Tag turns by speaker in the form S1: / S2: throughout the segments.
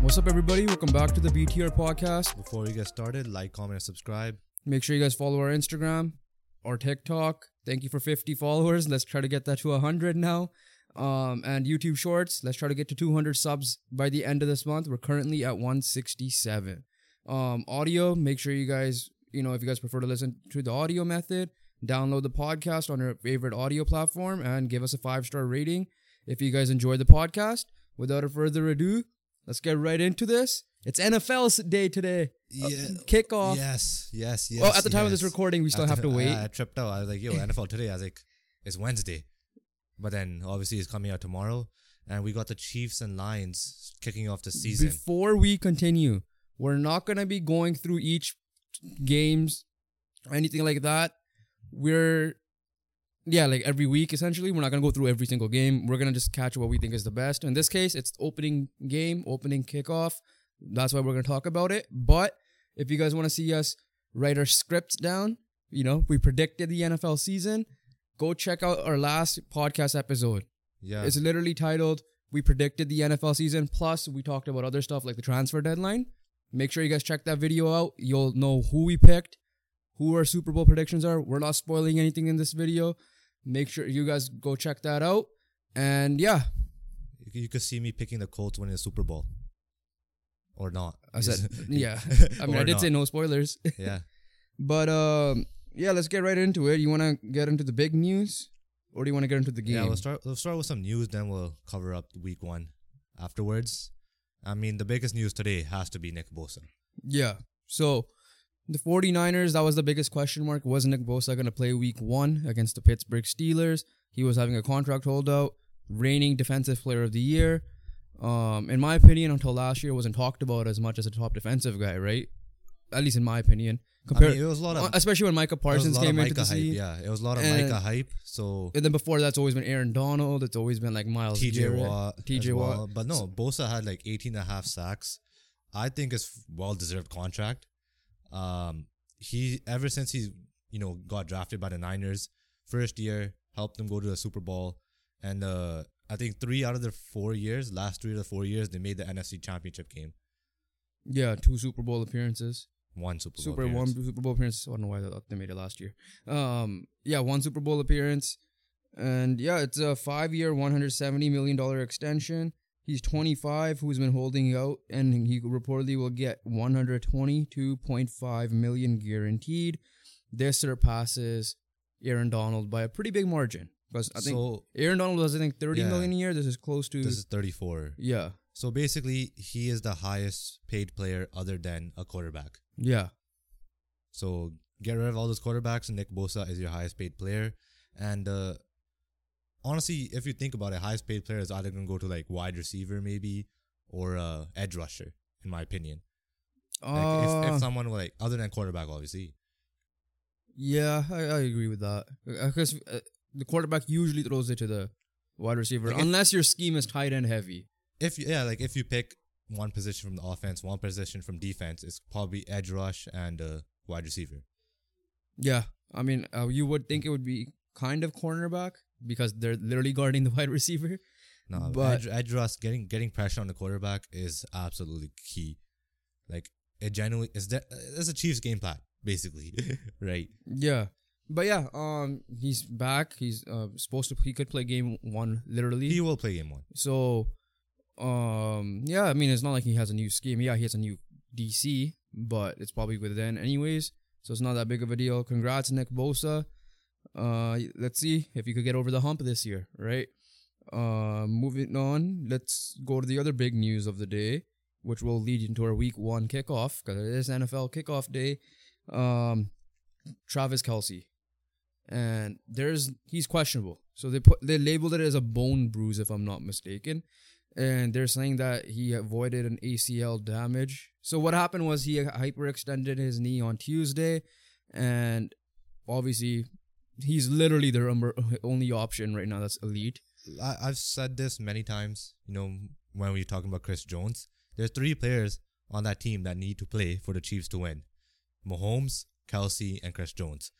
S1: What's up, everybody? Welcome back to the BTR podcast.
S2: Before we get started, like, comment, and subscribe.
S1: Make sure you guys follow our Instagram, our TikTok. Thank you for 50 followers. Let's try to get that to 100 now. Um, and YouTube Shorts. Let's try to get to 200 subs by the end of this month. We're currently at 167. Um, audio. Make sure you guys, you know, if you guys prefer to listen to the audio method, download the podcast on your favorite audio platform and give us a five star rating if you guys enjoy the podcast. Without a further ado, let's get right into this. It's NFL day today.
S2: Yeah.
S1: Kickoff.
S2: Yes, yes, yes.
S1: Uh, well, at the time of this
S2: yes.
S1: recording, we still
S2: After-
S1: have to wait.
S2: I, I tripped out. I was like, yo, NFL today. I was like, it's Wednesday. But then obviously it's coming out tomorrow. And we got the Chiefs and Lions kicking off the season.
S1: Before we continue, we're not gonna be going through each games, anything like that. We're yeah, like every week essentially. We're not gonna go through every single game. We're gonna just catch what we think is the best. In this case, it's opening game, opening kickoff. That's why we're gonna talk about it. But if you guys wanna see us write our scripts down, you know, we predicted the NFL season. Go check out our last podcast episode.
S2: yeah.
S1: It's literally titled "We predicted the NFL season." Plus, we talked about other stuff like the transfer deadline. Make sure you guys check that video out. You'll know who we picked, who our Super Bowl predictions are. We're not spoiling anything in this video. Make sure you guys go check that out. And yeah,
S2: You- you could see me picking the Colts winning the Super Bowl. Or not.
S1: I said yeah. I mean, I
S2: Or
S1: did say
S2: not.
S1: no spoilers,
S2: Yeah.
S1: but um, yeah, let's get right into it. You want to get into the big news, or do you want to get into the game?
S2: Yeah, we'll start, we'll start with some news, then we'll cover up week one afterwards. I mean, the biggest news today has to be Nick Bosa.
S1: Yeah. So the 49ers, that was the biggest question mark. Was Nick Bosa going to play week one against the Pittsburgh Steelers? He was having a contract holdout, reigning defensive player of the year. Um, in my opinion, until last year, wasn't talked about as much as a top defensive guy, right? At least in my opinion.
S2: I
S1: Compared,
S2: mean, it was a lot of
S1: especially when Micah
S2: It was a
S1: Parsons
S2: lot of
S1: came into
S2: Micah
S1: the
S2: hype.
S1: scene.
S2: Yeah, it was a lot of
S1: And-
S2: Micah hype. So
S1: And then before that's always been Aaron Donald. It's always been like Miles
S2: TJ
S1: Garrett,
S2: Watt, as
S1: TJ Watt.
S2: well. But no, Bosa had like 18 and a half sacks. I think it's well deserved contract. Um, he ever since he you know got drafted by the Niners, first year helped them go to the Super Bowl, and uh, I think three out of the four years, last three of the four years, they made the NFC Championship game.
S1: Yeah, two Super Bowl appearances.
S2: One Super Bowl.
S1: Super
S2: appearance.
S1: one Super Bowl appearance. I don't know why I thought they made it last year. Um, yeah, one Super Bowl appearance, and yeah, it's a five-year, one hundred seventy million dollar extension. He's twenty-five, who's been holding out, and he reportedly will get one hundred twenty-two point five million guaranteed. This surpasses Aaron Donald by a pretty big margin because I think
S2: So
S1: Aaron Donald was I think thirty million
S2: Yeah.
S1: a year. This is close to
S2: this is 34.
S1: yeah,
S2: So basically, he is the highest paid player other than a quarterback.
S1: yeah,
S2: So get rid of all those quarterbacks, and Nick Bosa is your highest paid player. And uh, honestly, if you think about it, highest paid player is either going to go to like wide receiver, maybe, or uh, edge rusher, in my opinion. Like if,
S1: Uh,
S2: if someone were like, other than quarterback, obviously.
S1: Yeah, I, I agree with that. Because uh, the quarterback usually throws it to the wide receiver,
S2: Like if-
S1: unless your scheme is tight end heavy.
S2: If you, yeah, like if you pick one position from the offense, one position from defense, it's probably edge rush and uh, wide receiver.
S1: Yeah, I mean, uh, you would think it would be kind of cornerback because they're literally guarding the wide receiver.
S2: No,
S1: But-
S2: edge, edge rush getting getting pressure on the quarterback is absolutely key. Like it genuinely is that it's a Chiefs game plan basically, right?
S1: Yeah, but yeah, um, he's back. He's uh, supposed to. He could play game one literally.
S2: He will play game one.
S1: So, um, yeah, I mean, it's not like he has a new scheme. Yeah, he has a new DC, but it's probably within anyways. So it's not that big of a deal. Congrats, Nick Bosa. Uh, let's see if you could get over the hump this year, right? Uh, moving on, let's go to the other big news of the day, which will lead into our week one kickoff because it is NFL kickoff day. Um, Travis Kelsey and there's he's questionable. So they put they labeled it as a bone bruise, if I'm not mistaken, and they're saying that he avoided an ACL damage. So what happened was he hyperextended his knee on Tuesday, and obviously he's literally their number- only option right now. That's elite.
S2: I, I've said this many times. You know when we were talking about Chris Jones, there's three players on that team that need to play for the Chiefs to win: Mahomes, Kelsey, and Chris Jones.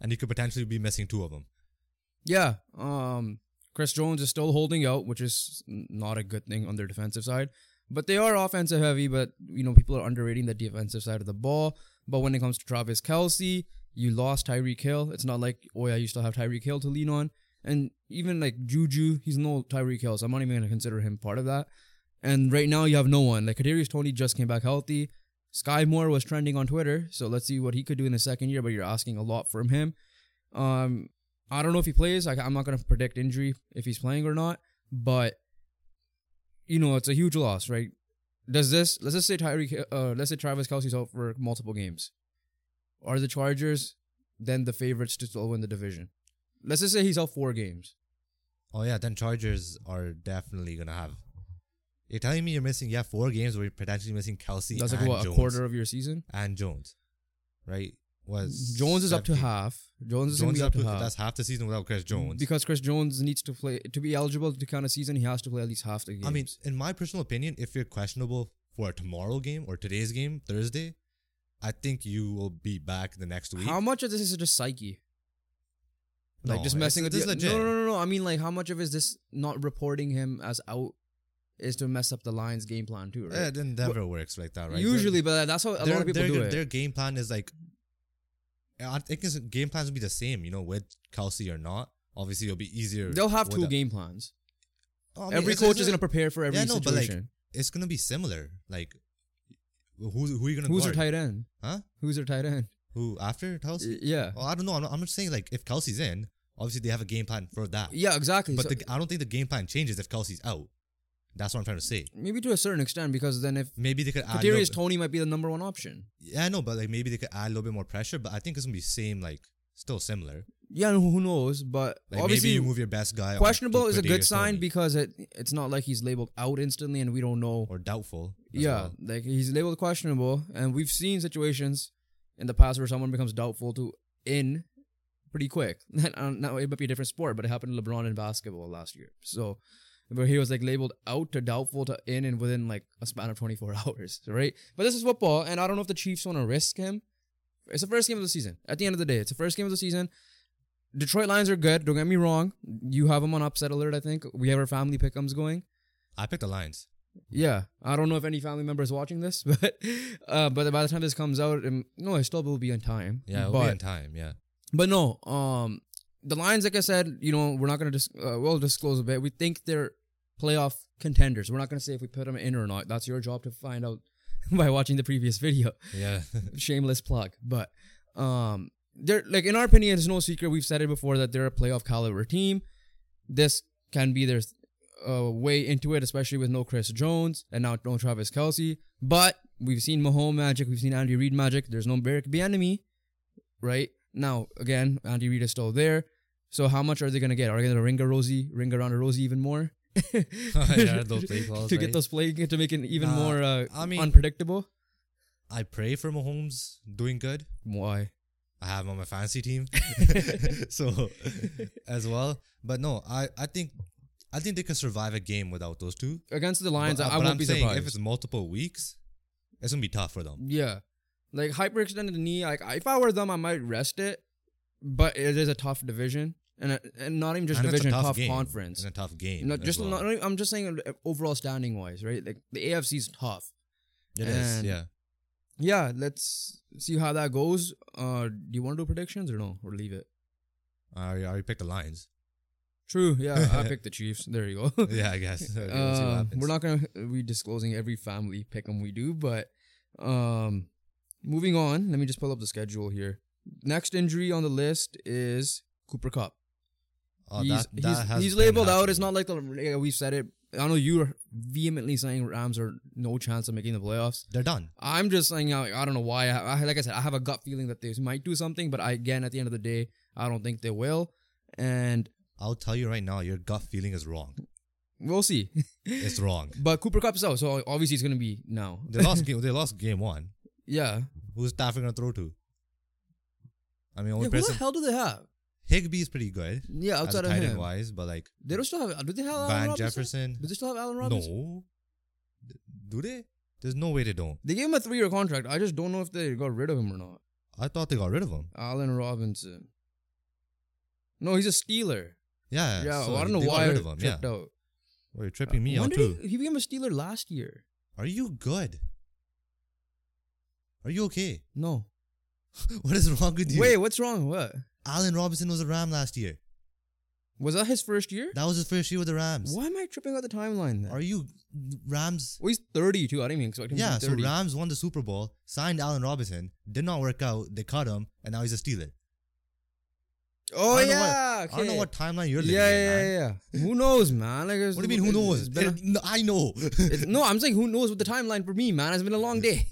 S2: And you could potentially be missing two of them.
S1: Yeah. Um, Chris Jones is still holding out, which is n- not a good thing on their defensive side. But they are offensive heavy, but you know, people are underrating the defensive side of the ball. But when it comes to Travis Kelsey, you lost Tyreek Hill. It's not like, oh yeah, you still have Tyreek Hill to lean on. And even like Juju, he's no Tyreek Hill, so I'm not even gonna consider him part of that. And right now you have no one. Like Kadarius Tony just came back healthy. Sky Moore was trending on Twitter, so let's see what he could do in the second year. But you're asking a lot from him. Um, I don't know if he plays. Like, I'm not gonna predict injury if he's playing or not. But you know, it's a huge loss, right? Does this let's just say Tyreek, uh, let's say Travis Kelsey's out for multiple games. Are the Chargers then the favorites to still win the division? Let's just say he's out four games.
S2: Oh yeah, then Chargers are definitely gonna have. You're telling me you're missing yeah four games where you're potentially missing Kelsey
S1: That's
S2: and
S1: like what
S2: Jones
S1: a quarter of your season.
S2: and Jones, right? Was
S1: Jones is up to
S2: 17
S1: half. Jones is
S2: Jones
S1: gonna be
S2: is
S1: up to half.
S2: that's half the season without Chris Jones.
S1: Because Chris Jones needs to play to be eligible to count a season, he has to play at least half the game.
S2: I mean, in my personal opinion, if you're questionable for tomorrow game or today's game, Thursday, I think you will be back the next week.
S1: how much of this is just psyche? Like
S2: No,
S1: just
S2: it's-
S1: messing with
S2: this
S1: the-
S2: is legit.
S1: No, no, no, no. I mean, like, how much of is this not reporting him as out is to mess up the Lions' game plan too,
S2: Yeah,
S1: right?
S2: it never works like that, right?
S1: Eh, Usually, but that's how a lot of people
S2: their,
S1: do it.
S2: Their game plan is like, I think his game plans will be the same, you know, with Kelsey or not. Obviously, it'll be easier.
S1: They'll have
S2: with
S1: two
S2: the-
S1: game plans.
S2: Oh, I mean,
S1: every
S2: it's-
S1: coach
S2: it's
S1: is
S2: a-
S1: gonna prepare for every
S2: Yeah, no, but, like,
S1: situation.
S2: It's gonna be similar. Like, who who are you gonna
S1: Who's
S2: guard?
S1: their tight end?
S2: Huh?
S1: Who's their tight end?
S2: Who after Kelsey?
S1: Y- Yeah,
S2: Well, I don't know. I'm, not- I'm just saying like if Kelsey's in, obviously they have a game plan for that.
S1: yeah, exactly.
S2: But
S1: So-
S2: the, I don't think the game plan changes if Kelsey's out. That's what I'm trying to say.
S1: maybe to a certain extent, because then if
S2: Maybe they could add. a
S1: Kadarius
S2: little-
S1: Tony might be the number one option.
S2: yeah, I know, but like maybe they could add a little bit more pressure. But I think it's gonna be same, like still similar.
S1: Yeah, and who knows? But
S2: Like
S1: obviously,
S2: maybe you move your best guy. on
S1: questionable
S2: to
S1: is a good
S2: Kadarius
S1: sign
S2: Toney,
S1: because it it's not like he's labeled out instantly, and we don't know.
S2: or doubtful. as
S1: yeah,
S2: well.
S1: like he's labeled questionable, and we've seen situations in the past where someone becomes doubtful to in pretty quick. And now it might be a different sport, but it happened to LeBron in basketball last year. So, where he was like labeled out to doubtful to in, and within like a span of 24 hours, right? But this is football, and I don't know if the Chiefs want to risk him. It's the first game of the season. At the end of the day, it's the first game of the season. Detroit Lions are good. Don't get me wrong. You have them on upset alert. I think we have our family pickums going.
S2: I picked the Lions.
S1: Yeah, I don't know if any family member is watching this, but uh, but by the time this comes out, um, no, it still will be on time.
S2: Yeah, it'll
S1: but
S2: be on time. Yeah,
S1: but no, um, the Lions, like I said, you know, we're not gonna dis- uh, we'll disclose a bit. We think they're playoff contenders. We're not gonna say if we put them in or not. That's your job to find out by watching the previous video
S2: yeah.
S1: shameless plug, but um, they're like in our opinion, it's no secret. We've said it before that they're a playoff caliber team. This can be their uh, way into it, especially with no Chris Jones and now no Travis Kelsey. But we've seen Mahomes magic, we've seen Andy Reid magic. There's no Barrick Bianami, right now. Again, Andy Reid is still there. So how much are they gonna get? Are they gonna ring a Rosie, ring around a Rosie even more?
S2: Oh, Yeah, those play calls,
S1: to get
S2: right?
S1: those play to make it even
S2: Uh,
S1: more uh,
S2: I mean-
S1: unpredictable.
S2: I pray for Mahomes doing good.
S1: Why?
S2: I have him on my fantasy team, so as well. But no, I I think I think they could survive a game without those two.
S1: against the Lions,
S2: but,
S1: I, I
S2: but
S1: won't
S2: I'm
S1: be
S2: saying
S1: surprised.
S2: if it's multiple weeks, it's gonna be tough for them.
S1: yeah, like hyperextended knee. Like if I were them, I might rest it, but it is a tough division, and uh, and not even just
S2: And it's a
S1: division, tough,
S2: game.
S1: conference.
S2: It's a tough game.
S1: Not
S2: as
S1: just
S2: well.
S1: not, I'm just saying uh, overall standing wise, right? Like the AFC is tough.
S2: It is,
S1: and-
S2: yeah.
S1: Yeah, let's see how that goes. Uh, do you want to do predictions or no, or leave it?
S2: I already, I already picked the Lions.
S1: True. Yeah, I picked the Chiefs. There you go.
S2: Yeah, I guess. Okay, we'll see what
S1: Um,
S2: happens.
S1: we're not gonna be disclosing every family pick'em we do, but um, moving on. Let me just pull up the schedule here. Next injury on the list is Cooper Cup.
S2: Oh,
S1: he's
S2: that- that
S1: he's,
S2: has
S1: he's
S2: been
S1: labeled out. It's
S2: happening.
S1: not like the, like we've said it. I know you're vehemently saying Rams are no chance of making the playoffs.
S2: They're done.
S1: I'm just saying I, I don't know why. I, I- like I said, I have a gut feeling that they might do something, but I, again, at the end of the day, I don't think they will. And
S2: I'll tell you right now, your gut feeling is wrong.
S1: we'll see.
S2: It's wrong.
S1: but Cooper Cup's out, so obviously he's gonna be now.
S2: they lost game. They lost game one.
S1: Yeah.
S2: Who's Stafford gonna throw to? I
S1: Yeah,
S2: mean, only
S1: who the
S2: person
S1: hell do they have?
S2: Higby is pretty good
S1: Yeah,
S2: as a
S1: outside of
S2: tight end
S1: him,
S2: wise, but like
S1: they don't still have. Do they have Allen
S2: Van
S1: Robinson?
S2: Jefferson.
S1: Do they still have Allen Robinson?
S2: No, D- do they? There's no way they don't.
S1: They gave him a three-year contract. I just don't know if they got rid of him or not.
S2: I thought they got rid of him.
S1: Allen Robinson. No, he's a Steeler.
S2: Yeah,
S1: Yeah,
S2: so
S1: well, I don't know
S2: they got
S1: why
S2: rid of him. Yeah,
S1: tripped out.
S2: well, you're tripping me
S1: when
S2: out
S1: did
S2: too.
S1: He, he became a Steeler last year.
S2: Are you good? Are you okay?
S1: No.
S2: What is wrong with you?
S1: Wait, what's wrong? What?
S2: Allen Robinson was a Ram last year.
S1: Was that his first year?
S2: That was his first year with the Rams.
S1: Why am I tripping out the timeline then?
S2: Are you Rams?
S1: well, he's 30 too. I didn't even expect him
S2: Yeah,
S1: to be
S2: so
S1: 30.
S2: Rams won the Super Bowl, signed Allen Robinson, did not work out, they cut him, and now he's a Steeler.
S1: oh,
S2: I don't know
S1: yeah.
S2: What, I don't know
S1: okay.
S2: what timeline you're living
S1: Yeah,
S2: in,
S1: yeah,
S2: man.
S1: yeah, yeah. Who knows, man? Like, it's-
S2: What do you mean? Who
S1: it's-
S2: knows?
S1: it's been a-
S2: No, I know.
S1: it's- no, I'm saying who knows with the timeline for me, man. It's been a long day.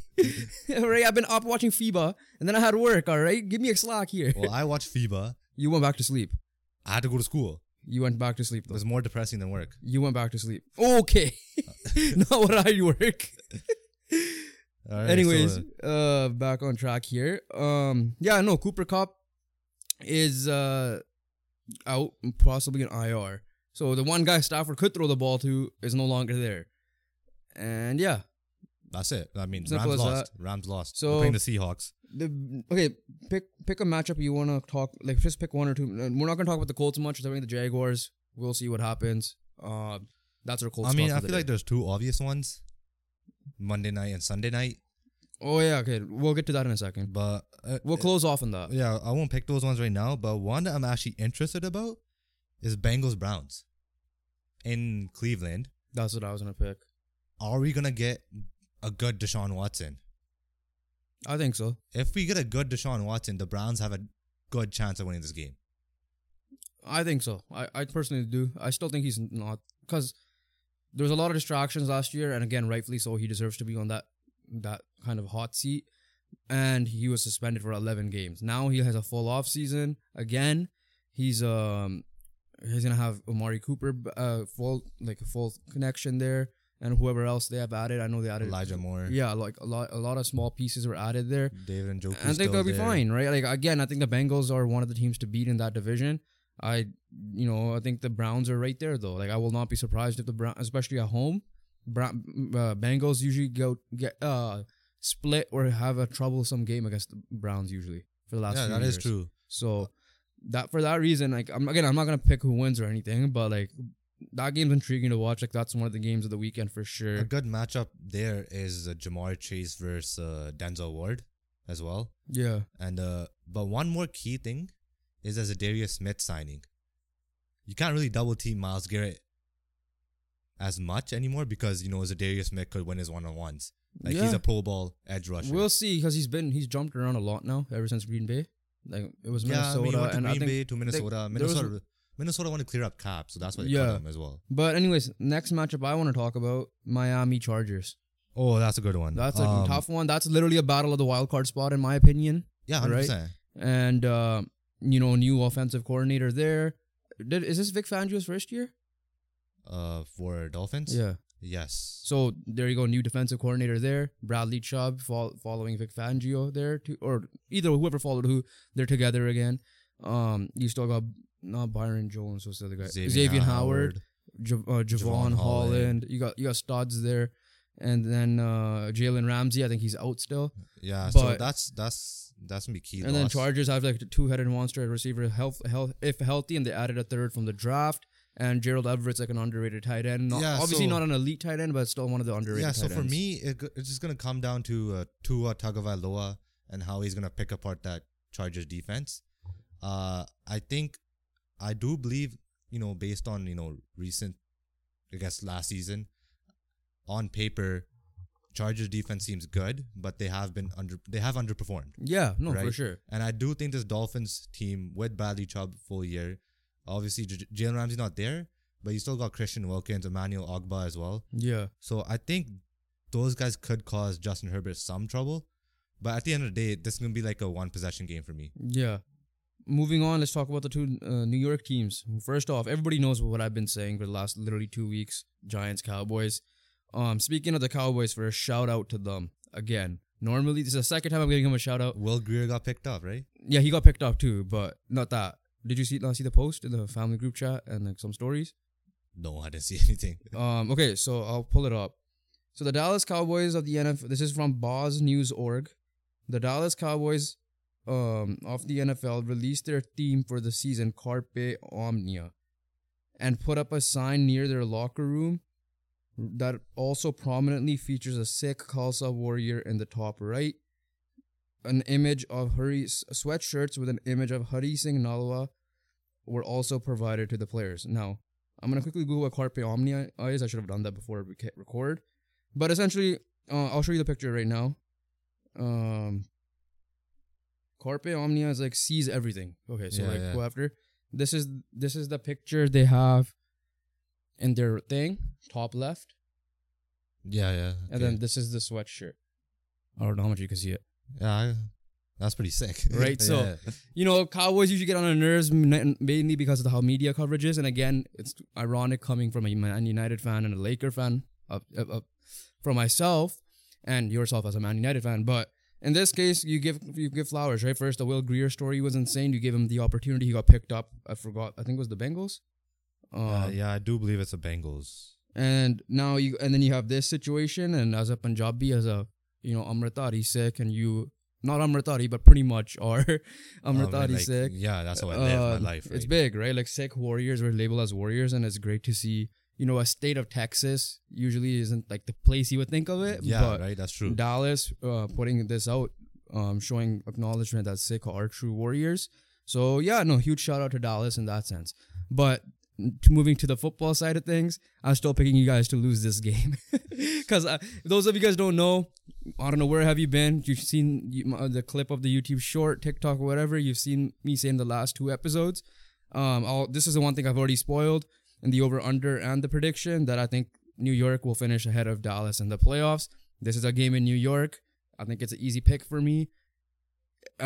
S1: all right, I've been up watching FIBA and then I had work, all right? Give me a slack here.
S2: well, I watched FIBA.
S1: You went back to sleep.
S2: I had to go to school.
S1: You went back to sleep,
S2: It
S1: though.
S2: was more depressing than work.
S1: You went back to sleep. Okay. Not what I work.
S2: All right,
S1: Anyways,
S2: so,
S1: uh, back on track here. Um, yeah, no, Cooper Cup is uh out, possibly an IR. So the one guy Stafford could throw the ball to is no longer there. And yeah,
S2: that's it. I mean,
S1: Simple
S2: Rams
S1: as
S2: lost. Rams lost.
S1: So-
S2: We're playing the Seahawks.
S1: the okay, pick pick a matchup you want to talk. Like just pick one or two. uh, We're not gonna talk about the Colts much. We're talking the Jaguars. We'll see what happens. Uh, that's our Colts.
S2: I mean,
S1: talk for
S2: I feel
S1: the
S2: like
S1: day.
S2: there's two obvious ones: Monday night and Sunday night.
S1: oh yeah, okay, we'll get to that in a second.
S2: But uh,
S1: We'll close off on that.
S2: yeah, I won't pick those ones right now. But one that I'm actually interested about is Bengals Browns in Cleveland.
S1: That's what I was gonna pick.
S2: Are we gonna get a good Deshaun Watson?
S1: I think so.
S2: If we get a good Deshaun Watson, the Browns have a good chance of winning this game.
S1: I think so. I, I personally do. I still think he's not because there was a lot of distractions last year, and again, rightfully so. He deserves to be on that that kind of hot seat, and he was suspended for eleven games. Now he has a full off season again. He's um he's gonna have Omari Cooper uh full like a full connection there, and whoever else they have added. I know they added
S2: Elijah Moore,
S1: Yeah, like a lot a lot of small pieces were added there.
S2: David and Joe.
S1: I think they'll be fine, right? Like again, I think the Bengals are one of the teams to beat in that division. I, you know, I think the Browns are right there though. Like I will not be surprised if the Browns, especially at home, Brown, uh, Bengals usually go get uh split or have a troublesome game against the Browns usually for the last.
S2: Yeah,
S1: few
S2: that is
S1: years.
S2: true.
S1: So that for that reason, like I'm again, I'm not gonna pick who wins or anything, but like that game's intriguing to watch. Like that's one of the games of the weekend for
S2: A
S1: sure.
S2: good matchup there is uh, Jamar Chase versus uh, Denzel Ward as well.
S1: Yeah,
S2: And uh, but one more key thing is as a Darius Smith signing, you can't really double team Miles Garrett as much anymore because you know Zadarius Smith could win his one on ones. Like
S1: yeah.
S2: he's a Pro Bowl edge rusher.
S1: We'll see because he's been he's jumped around a lot now ever since Green Bay. Like it was
S2: yeah, I mean, he
S1: Minnesota,
S2: went to
S1: and I
S2: Green
S1: think.
S2: Bay to Minnesota.
S1: there was-
S2: Minnesota, Minnesota want to clear up cap, so that's why they
S1: Yeah.
S2: cut him as well.
S1: But anyways, next matchup I want to talk about Miami Chargers.
S2: Oh, that's a good one.
S1: That's a
S2: Um,
S1: tough one. That's literally a battle of the wild card spot in my opinion.
S2: Yeah,
S1: right?
S2: hundred percent.
S1: And uh, you know, new offensive coordinator there. Did, is this Vic Fangio's first year?
S2: Uh, for Dolphins.
S1: Yeah.
S2: Yes.
S1: So there you go, new defensive coordinator there. Bradley Chubb fol- following Vic Fangio there, too, or either whoever followed who, they're together again. Um, you still got not Byron Jones, what's the other guy? Xavier, Howard, Ja- uh, Javon
S2: Javon
S1: Holland.
S2: Holland.
S1: You got you got studs there, and then uh, Jalen Ramsey. I think he's out still.
S2: Yeah. so
S1: But-
S2: that's that's that's gonna be key.
S1: and then
S2: loss.
S1: Chargers have like a two-headed monster at receiver, health, health if healthy, and they added a third from the draft. And Gerald Everett's like an underrated tight end. Not,
S2: Yeah,
S1: obviously
S2: so-
S1: not an elite tight end, but still one of the underrated.
S2: Yeah, so
S1: tight
S2: for
S1: ends.
S2: me, it, go- it's just gonna come down to uh, Tua Tagovailoa and how he's gonna pick apart that Chargers defense. Uh, I think, I do believe, you know, based on you know recent, I guess last season, on paper, Chargers defense seems good, but they have been under they have underperformed,
S1: yeah, no, for
S2: Right.
S1: sure.
S2: and I do think this Dolphins team with Bradley Chubb full year, obviously J- J- Jalen Ramsey's not there, but you still got Christian Wilkins, Emmanuel Ogba as well.
S1: Yeah,
S2: So I think those guys could cause Justin Herbert some trouble. But at the end of the day, this is gonna be like a one possession game for me.
S1: yeah. Moving on, let's talk about the two uh, New York teams. First off, everybody knows what I've been saying for the last literally two weeks: Giants, Cowboys. Um, speaking of the Cowboys, for a shout out to them again. Normally, this is the second time I'm giving him a shout out.
S2: Will Greer got picked up, right?
S1: Yeah, he got picked up too, but not that. Did you see not see the post in the family group chat and like some stories?
S2: No, I didn't see anything.
S1: Um, okay, so I'll pull it up. So the Dallas Cowboys of the NFL. This is from BozNews.org. The Dallas Cowboys um, of the NFL released their theme for the season, Carpe Omnia, and put up a sign near their locker room that also prominently features a Sikh Khalsa warrior in the top right, an image of Hari sweatshirts with an image of Hari Singh Nalwa were also provided to the players. Now, I'm gonna quickly Google what Carpe Omnia is. I should have done that before we ca- record, but essentially, uh, I'll show you the picture right now. Um, Carpe Omnia is like sees everything. Okay, so
S2: Yeah,
S1: like
S2: yeah.
S1: go after. This is this is the picture they have in their thing, top left,
S2: Yeah, yeah.
S1: and then this is the sweatshirt. I don't know how much you can see it.
S2: yeah, I, that's pretty sick.
S1: Right, so-
S2: Yeah.
S1: you know, Cowboys usually get on our nerves m- mainly because of the, how media coverage is. And again, it's ironic coming from a Man United fan and a Laker fan, uh, uh, uh, for myself and yourself as a Man United fan. But in this case, you give you give flowers, right? First, the Will Greer story was insane. You gave him the opportunity. He got picked up. I forgot. I think it was the Bengals. Um,
S2: Uh, yeah, I do believe it's the Bengals.
S1: and now you and then you have this situation and as a punjabi as a you know amritari sikh and you not amritari but pretty much are
S2: Um,
S1: amritari
S2: like,
S1: sikh
S2: Yeah, that's how I live
S1: uh,
S2: my life.
S1: It's
S2: right?
S1: big, right? Like Sikh warriors were labeled as warriors, and it's great to see. You know, a state of Texas usually isn't like the place you would think of it.
S2: Yeah,
S1: but
S2: right. That's true.
S1: Dallas uh, putting this out, um, showing acknowledgement that Sikh are true warriors. So yeah, no, huge shout out to Dallas in that sense. But to moving to the football side of things, I'm still picking you guys to lose this game because those of you guys don't know, I don't know where have you been. You've seen you- my- the clip of the YouTube short, TikTok, whatever. You've seen me say in the last two episodes. Um, I'll, this is the one thing I've already spoiled in the over under and the prediction that I think New York will finish ahead of Dallas in the playoffs. This is a game in New York. I think it's an easy pick for me.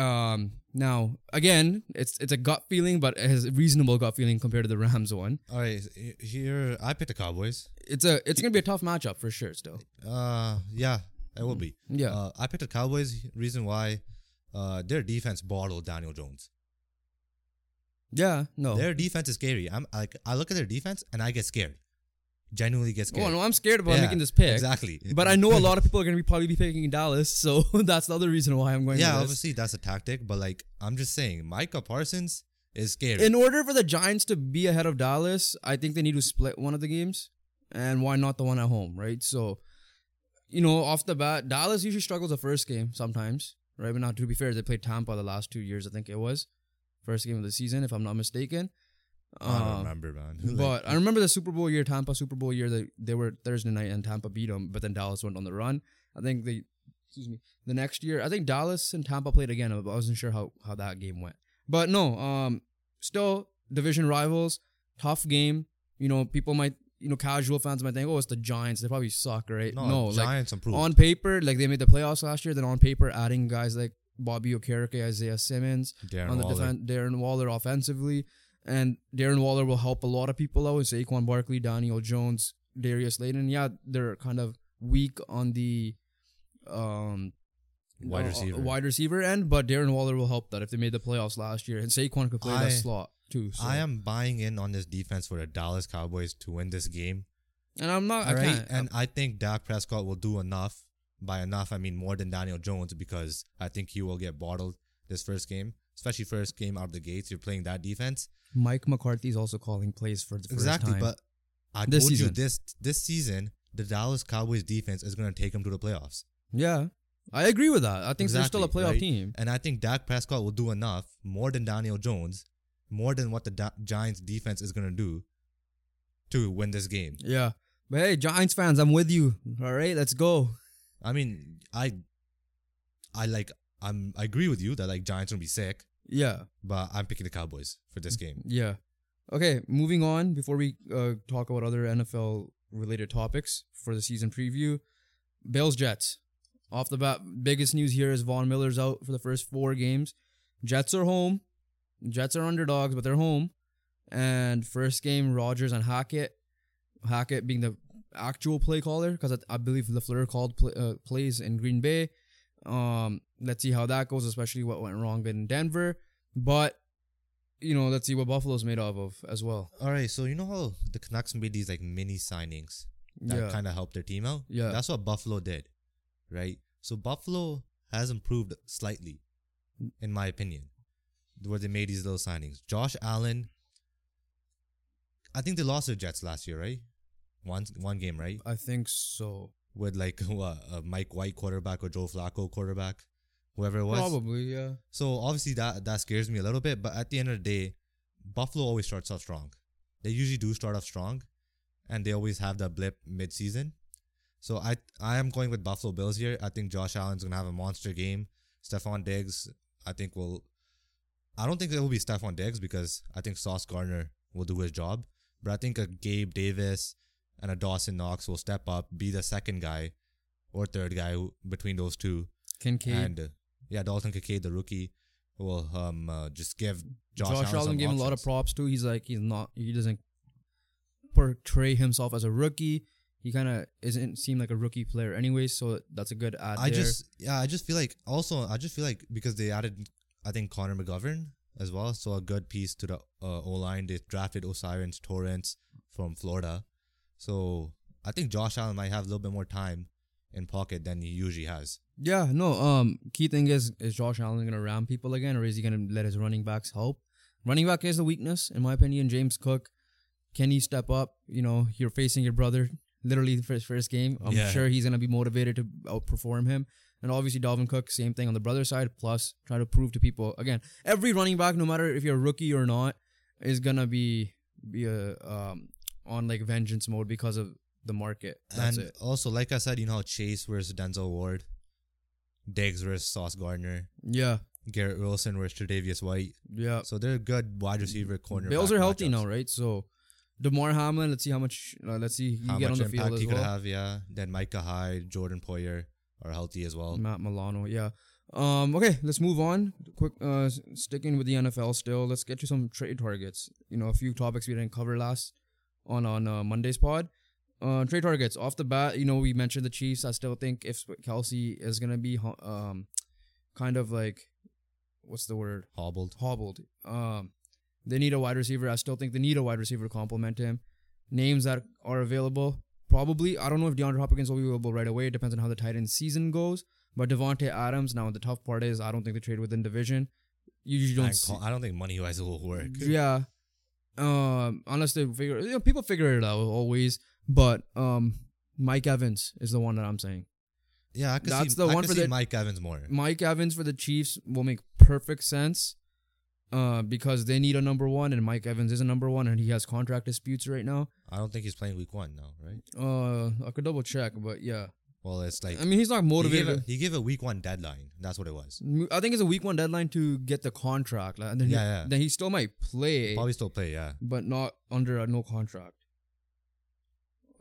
S1: Um, now again, it's it's a gut feeling, but it has a reasonable gut feeling compared to the Rams one.
S2: All right, he- here I picked the Cowboys.
S1: It's a it's gonna be a tough matchup for sure. Still,
S2: Uh, yeah, it will be.
S1: yeah,
S2: Uh, I picked the Cowboys. Reason why, uh, their defense bottled Daniel Jones.
S1: yeah, no.
S2: Their defense is scary. I'm like, I look at their defense and I get scared. Genuinely get scared.
S1: Oh no, I'm scared about
S2: Yeah,
S1: making this pick.
S2: Exactly.
S1: But I know a lot of people are gonna be probably be picking Dallas, so that's the other reason why I'm going.
S2: yeah,
S1: to this.
S2: obviously that's a tactic, but like I'm just saying, Micah Parsons is scary.
S1: In order for the Giants to be ahead of Dallas, I think they need to split one of the games, and why not the one at home, right? So, you know, off the bat, Dallas usually struggles the first game sometimes, right? But now, to be fair, they played Tampa the last two years, I think it was first game of the season, if I'm not mistaken.
S2: I don't
S1: Um,
S2: remember, man. Like,
S1: But I remember the Super Bowl year, Tampa Super Bowl year. They they were Thursday night and Tampa beat them, but then Dallas went on the run. I think they, excuse me, the next year I think Dallas and Tampa played again. but I wasn't sure how how that game went. But no, um, still division rivals, tough game. You know, people might you know casual fans might think, oh, it's the Giants. They probably suck, right?
S2: no,
S1: like
S2: Giants improved.
S1: on paper, like they made the playoffs last year. Then on paper, adding guys like Bobby Okereke, Isaiah Simmons
S2: Darren
S1: on the
S2: Waller.
S1: defense, Darren Waller offensively, and Darren Waller will help a lot of people out. with Saquon Barkley, Daniel Jones, Darius Layton. Yeah, they're kind of weak on the um
S2: Wide
S1: uh,
S2: receiver.
S1: wide receiver end, but Darren Waller will help that if they made the playoffs last year, and Saquon could play
S2: I-
S1: that slot too. So.
S2: I am buying in on this defense for the Dallas Cowboys to win this game.
S1: and I'm not.
S2: All
S1: I
S2: right,
S1: can't.
S2: and I think Dak Prescott will do enough. By enough, I mean more than Daniel Jones because I think he will get bottled this first game, especially first game out of the gates. You're playing that defense,
S1: Mike McCarthy's also calling plays for the first
S2: exactly.
S1: time.
S2: But I
S1: This
S2: told
S1: season.
S2: you this this season, the Dallas Cowboys defense is going to take him to the playoffs.
S1: yeah, I agree with that. I think they're still a
S2: Exactly,
S1: playoff
S2: right?
S1: team.
S2: And I think Dak Prescott will do enough, more than Daniel Jones, more than what the Da- Giants defense is going to do to win this game.
S1: Yeah. But hey, Giants fans, I'm with you. All right, let's go.
S2: I mean, I I like I'm I agree with you that like Giants going to be sick,
S1: Yeah.
S2: but I'm picking the Cowboys for this game.
S1: Yeah. Okay, moving on before we uh, talk about other NFL related topics for the season preview. Bills Jets. Off the bat, biggest news here is Von Miller's out for the first four games. Jets are home. Jets are underdogs, but they're home. And first game, Rogers and Hackett. Hackett being the actual play caller because I, I believe Lafleur called play, uh, plays in Green Bay. Um, let's see how that goes, especially what went wrong in Denver. But you know, let's see what Buffalo's made out of as well.
S2: All right, so you know how the Canucks made these like mini signings that
S1: yeah.
S2: kind of helped their team out?
S1: Yeah.
S2: That's what Buffalo did, right? So Buffalo has improved slightly, in my opinion, where they made these little signings. Josh Allen, I think they lost to the Jets last year, right? one one game, right?
S1: I think so.
S2: With like what, a Mike White quarterback or Joe Flacco quarterback, whoever it was.
S1: Probably, yeah.
S2: So obviously that that scares me a little bit. But at the end of the day, Buffalo always starts off strong. They usually do start off strong, and they always have that blip mid season. So I I am going with Buffalo Bills here. I think Josh Allen's gonna have a monster game. Stephon Diggs, I think will. I don't think it will be Stephon Diggs because I think Sauce Gardner will do his job. But I think a Gabe Davis and a Dawson Knox will step up, be the second guy or third guy who- between those two.
S1: Kincaid.
S2: And uh, yeah, Dalton Kincaid, the rookie, will um uh, just give Josh,
S1: Josh, Allen,
S2: some
S1: gave him a lot of
S2: options.
S1: props too. He's like he's not he doesn't portray himself as a rookie. He kind of isn't seem like a rookie player anyway, so that's a good ad.
S2: I
S1: there.
S2: just yeah, I just feel like also I just feel like because they added I think Connor McGovern as well, so a good piece to the uh, O line. They drafted Osiris Torrance from Florida, so I think Josh Allen might have a little bit more time in pocket than he usually has.
S1: yeah no um key thing is is Josh Allen gonna ram people again or is he gonna let his running backs help? Running back is the weakness in my opinion. James Cook, can he step up? You know you're facing your brother literally for his first game. I'm
S2: Yeah.
S1: sure he's gonna be motivated to outperform him. And obviously Dalvin Cook, same thing on the brother side. Plus try to prove to people again every running back, no matter if you're a rookie or not, is gonna be be a um on like vengeance mode because of the market. That's
S2: and
S1: it.
S2: also, like I said, you know how Chase versus Denzel Ward, Diggs versus Sauce Gardner,
S1: Yeah,
S2: Garrett Wilson versus Tre'Davious White.
S1: yeah.
S2: So they're good wide receiver corner.
S1: Uh, Bills
S2: back
S1: are healthy
S2: matchups.
S1: now, right? So Demar Hamlin, let's see how much. Uh, let's see you
S2: how
S1: get
S2: much
S1: on the
S2: impact
S1: field as
S2: he could
S1: well.
S2: have. Yeah. Then Micah Hyde, Jordan Poyer are healthy as well.
S1: Matt Milano, yeah. Um, okay, let's move on. Quick, uh, s- sticking with the NFL still. Let's get to some trade targets. You know, a few topics we didn't cover last on on uh, Monday's pod. Uh, trade targets off the bat. You know, we mentioned the Chiefs. I still think if Kelsey is gonna be ho- um, kind of like, what's the word?
S2: Hobbled.
S1: hobbled. Um, they need a wide receiver. I still think they need a wide receiver to complement him. Names that are available, probably. I don't know if DeAndre Hopkins will be available right away. It depends on how the tight end season goes. But Devonte Adams. Now the tough part is I don't think they trade within division. You usually don't.
S2: I, call, I don't think money wise it will work.
S1: see- yeah. Um, unless they figure, you know, people figure it out always. But um, Mike Evans is the one that I'm saying.
S2: Yeah, I could
S1: That's
S2: see,
S1: the
S2: I
S1: one
S2: could
S1: for
S2: see
S1: the-
S2: Mike Evans more.
S1: Mike Evans for the Chiefs will make perfect sense uh, because they need a number one, and Mike Evans is a number one, and he has contract disputes right now.
S2: I don't think he's playing week one now, right?
S1: Uh, I could double check, but yeah,
S2: Well, it's like
S1: I mean he's not
S2: he, gave a,
S1: motivated.
S2: he gave a week one deadline. That's what it was.
S1: I think it's a week one deadline to get the contract, like, and then he-
S2: Yeah, yeah.
S1: then he still might play,
S2: Probably still play, yeah.
S1: but not under a no contract.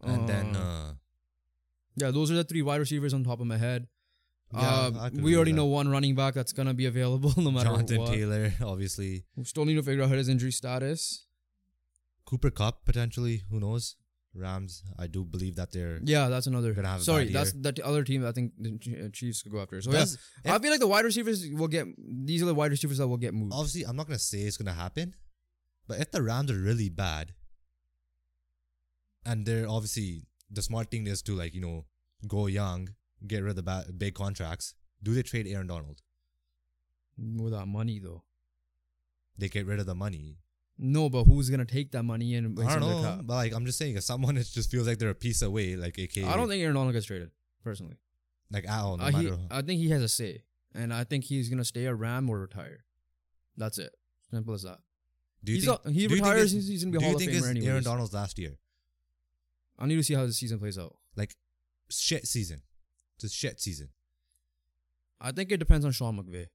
S2: And then
S1: Uh,
S2: uh,
S1: yeah, those are the three wide receivers on top of my head.
S2: Yeah, I
S1: uh,
S2: could
S1: we
S2: do
S1: already
S2: that.
S1: know one running back that's gonna be available no matter
S2: Jonathan
S1: what.
S2: Taylor, obviously.
S1: We still need to figure out his injury status.
S2: Cooper Cup potentially. Who knows? Rams. I do believe that they're.
S1: Yeah, that's another.
S2: Gonna have a
S1: Sorry,
S2: bad
S1: that's that other team. I think the Ch- uh, Chiefs could go after. So yeah,
S2: Does-
S1: I feel like the wide receivers will get. These are the wide receivers that will get moved.
S2: obviously, I'm not gonna say it's gonna happen, but if the Rams are really bad, and they're obviously the smart thing is to like you know go young, get rid of the ba- big contracts. Do they trade Aaron Donald?
S1: Without money though,
S2: They get rid of the money.
S1: no. But who's gonna take that money and?
S2: I
S1: and
S2: don't
S1: the
S2: know,
S1: cap?
S2: but like I'm just saying, if someone is, just feels like they're a piece away, like AKA,
S1: I don't think Aaron Donald gets traded personally.
S2: like at all, no
S1: I, he,
S2: matter.
S1: I think he has a say, and I think he's gonna stay a Ram or retire. That's it. Simple as that.
S2: do you
S1: he's
S2: think
S1: a- he
S2: do you think
S1: retires,
S2: it's-
S1: he's- he's gonna be a
S2: do you
S1: Hall of
S2: think
S1: Famer
S2: it's Aaron
S1: anyways.
S2: Donald's last year,
S1: I need to see how the season plays out.
S2: like shit season, just shit season.
S1: I think it depends on Sean McVay.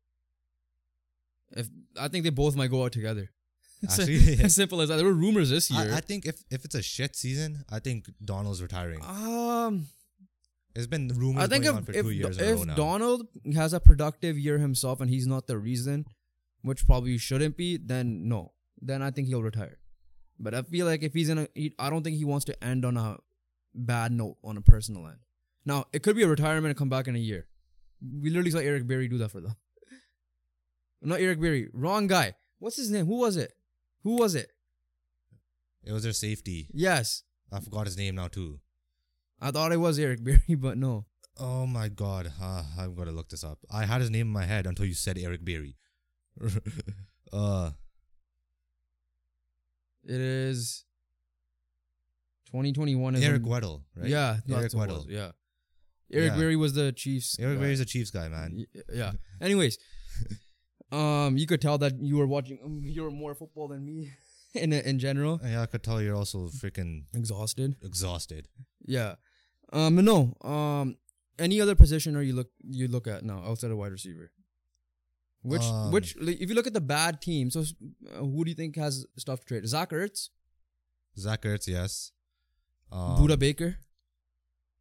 S1: If I think they both might go out together.
S2: Actually, yeah.
S1: as simple as that. There were rumors this year.
S2: I, I think if if it's a shit season, I think Donald's retiring.
S1: Um,
S2: It's been rumors
S1: I think
S2: going
S1: if
S2: on for
S1: if,
S2: two years in a row
S1: if
S2: now.
S1: Donald has a productive year himself and he's not the reason, which probably shouldn't be, then no, then I think he'll retire. But I feel like if he's in a, he, I don't think he wants to end on a bad note on a personal end. Now it could be a retirement and come back in a year. We literally saw Eric Berry do that for them. Not Eric Berry, wrong guy. What's his name? Who was it? Who was it?
S2: it was their safety.
S1: Yes,
S2: I forgot his name now too.
S1: I thought it was Eric Berry, but no.
S2: Oh my god, uh, I've got to look this up. I had his name in my head until you said Eric Berry. uh,
S1: It is 2021 is
S2: Eric
S1: when-
S2: Weddle, right?
S1: Yeah,
S2: Eric
S1: that's what it was,
S2: Weddle.
S1: Yeah. Eric
S2: Yeah.
S1: Berry was the Chiefs.
S2: Eric
S1: guy.
S2: Berry's a Chiefs guy, man.
S1: Y- Yeah. Anyways, um, you could tell that you were watching. um, You were more football than me, in in general.
S2: Yeah, I could tell you're also freaking
S1: Exhausted.
S2: exhausted.
S1: Yeah. Um. No. Um. Any other position or you look you look at now outside of wide receiver? Which
S2: Um,
S1: which like, if you look at the bad team, so s- uh, who do you think has stuff to trade? Zach Ertz,
S2: Zach Ertz, yes. Um,
S1: Buda Baker.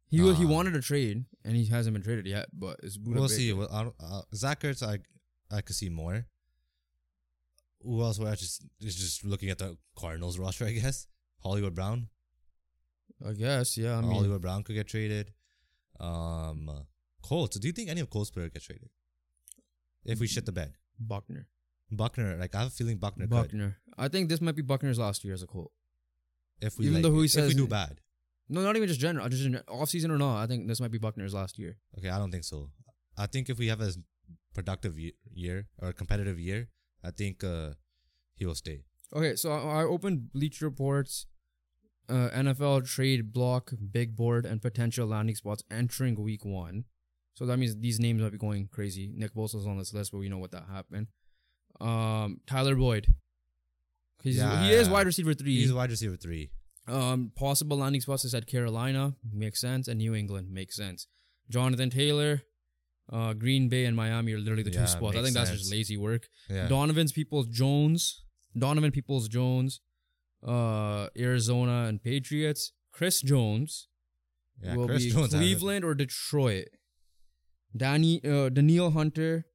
S1: He wa- he
S2: uh,
S1: wanted a trade and he hasn't been traded yet, but it's Buda
S2: We'll
S1: Baker.
S2: see. Well, I don't, uh, Zach Ertz, I I could see more. Who else? We're actually s- is just looking at the Cardinals roster, I guess. Hollywood Brown.
S1: I guess yeah. I mean,
S2: Hollywood Brown could get traded. Um, Colts. Do you think any of Colts players get traded? If we shit the bed,
S1: Buckner.
S2: Buckner. Like I have a feeling Buckner. Could.
S1: Buckner. I think this might be Buckner's last year as a Colt.
S2: If we
S1: Even
S2: like,
S1: though who he
S2: if we
S1: says-
S2: do bad.
S1: No, not even just general. Just in off season or not, I think this might be Buckner's last year.
S2: Okay, I don't think so. I think if we have a productive ye- year or a competitive year, I think uh, he will stay.
S1: Okay, so I I opened Bleach Reports, uh, NFL trade block, big board, and potential landing spots entering Week One. So that means these names might be going crazy. Nick Bosa's on this list, but we know what that happened. Um, Tyler Boyd. He's, he is
S2: Yeah.
S1: wide receiver three.
S2: He's a wide receiver three.
S1: Um, possible landing spots is at Carolina, makes sense, and New England makes sense. Jonathan Taylor, uh, Green Bay, and Miami are literally the
S2: Yeah,
S1: two spots. I
S2: makes
S1: think that's just
S2: sense.
S1: lazy work.
S2: Yeah.
S1: Donovan's Peoples Jones, Donovan Peoples Jones, uh, Arizona and Patriots. Chris Jones
S2: yeah.
S1: will
S2: Chris
S1: be
S2: Jones, I haven't-
S1: Cleveland or Detroit. Danny, uh, Daniil Hunter,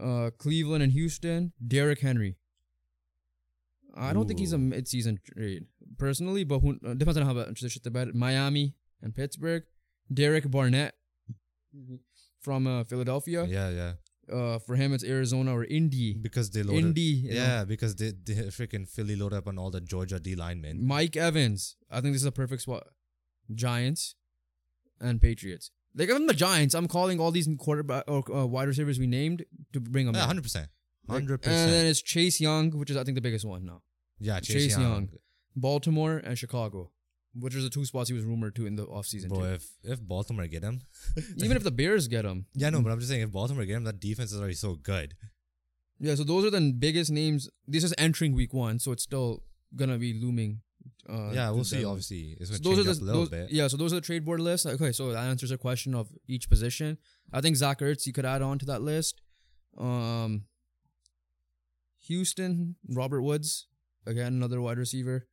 S1: uh, Cleveland and Houston. Derrick Henry. I don't think he's a
S2: Ooh.
S1: mid-season trade personally, but who uh, depends on how much they shit about it. Miami and Pittsburgh. Derek Barnett from uh, Philadelphia.
S2: Mm-hmm. Yeah, yeah.
S1: Uh, for him, it's Arizona or Indy.
S2: Because they loaded.
S1: Indy. you know.
S2: Yeah, because they, they freaking Philly loaded up on all the Georgia D linemen.
S1: Mike Evans. I think this is a perfect spot. Giants and Patriots. Like I'm the Giants. I'm calling all these quarterback or uh, wide receivers we named to bring them.
S2: Yeah,
S1: in.
S2: hundred percent,
S1: Like,
S2: hundred
S1: And then
S2: percent.
S1: it's Chase Young, which is I think the biggest one now.
S2: Yeah,
S1: Chase
S2: Chase, Young.
S1: Baltimore and Chicago, which are the two spots he was rumored to in the offseason.
S2: Bro,
S1: too.
S2: if if Baltimore get him,
S1: Even if the Bears get him.
S2: yeah, no, but I'm just saying if Baltimore get him, that defense is already so good.
S1: Yeah, so those are the biggest names. This is entering week one, so it's still gonna be looming. Uh,
S2: yeah, we'll see.
S1: deadline.
S2: Obviously, it's
S1: So
S2: gonna
S1: those are
S2: change
S1: the
S2: up a little
S1: those,
S2: bit.
S1: yeah. So those are the trade board lists. Okay, so that answers a question of each position. I think Zach Ertz you could add on to that list. Um, Houston Robert Woods again another wide receiver.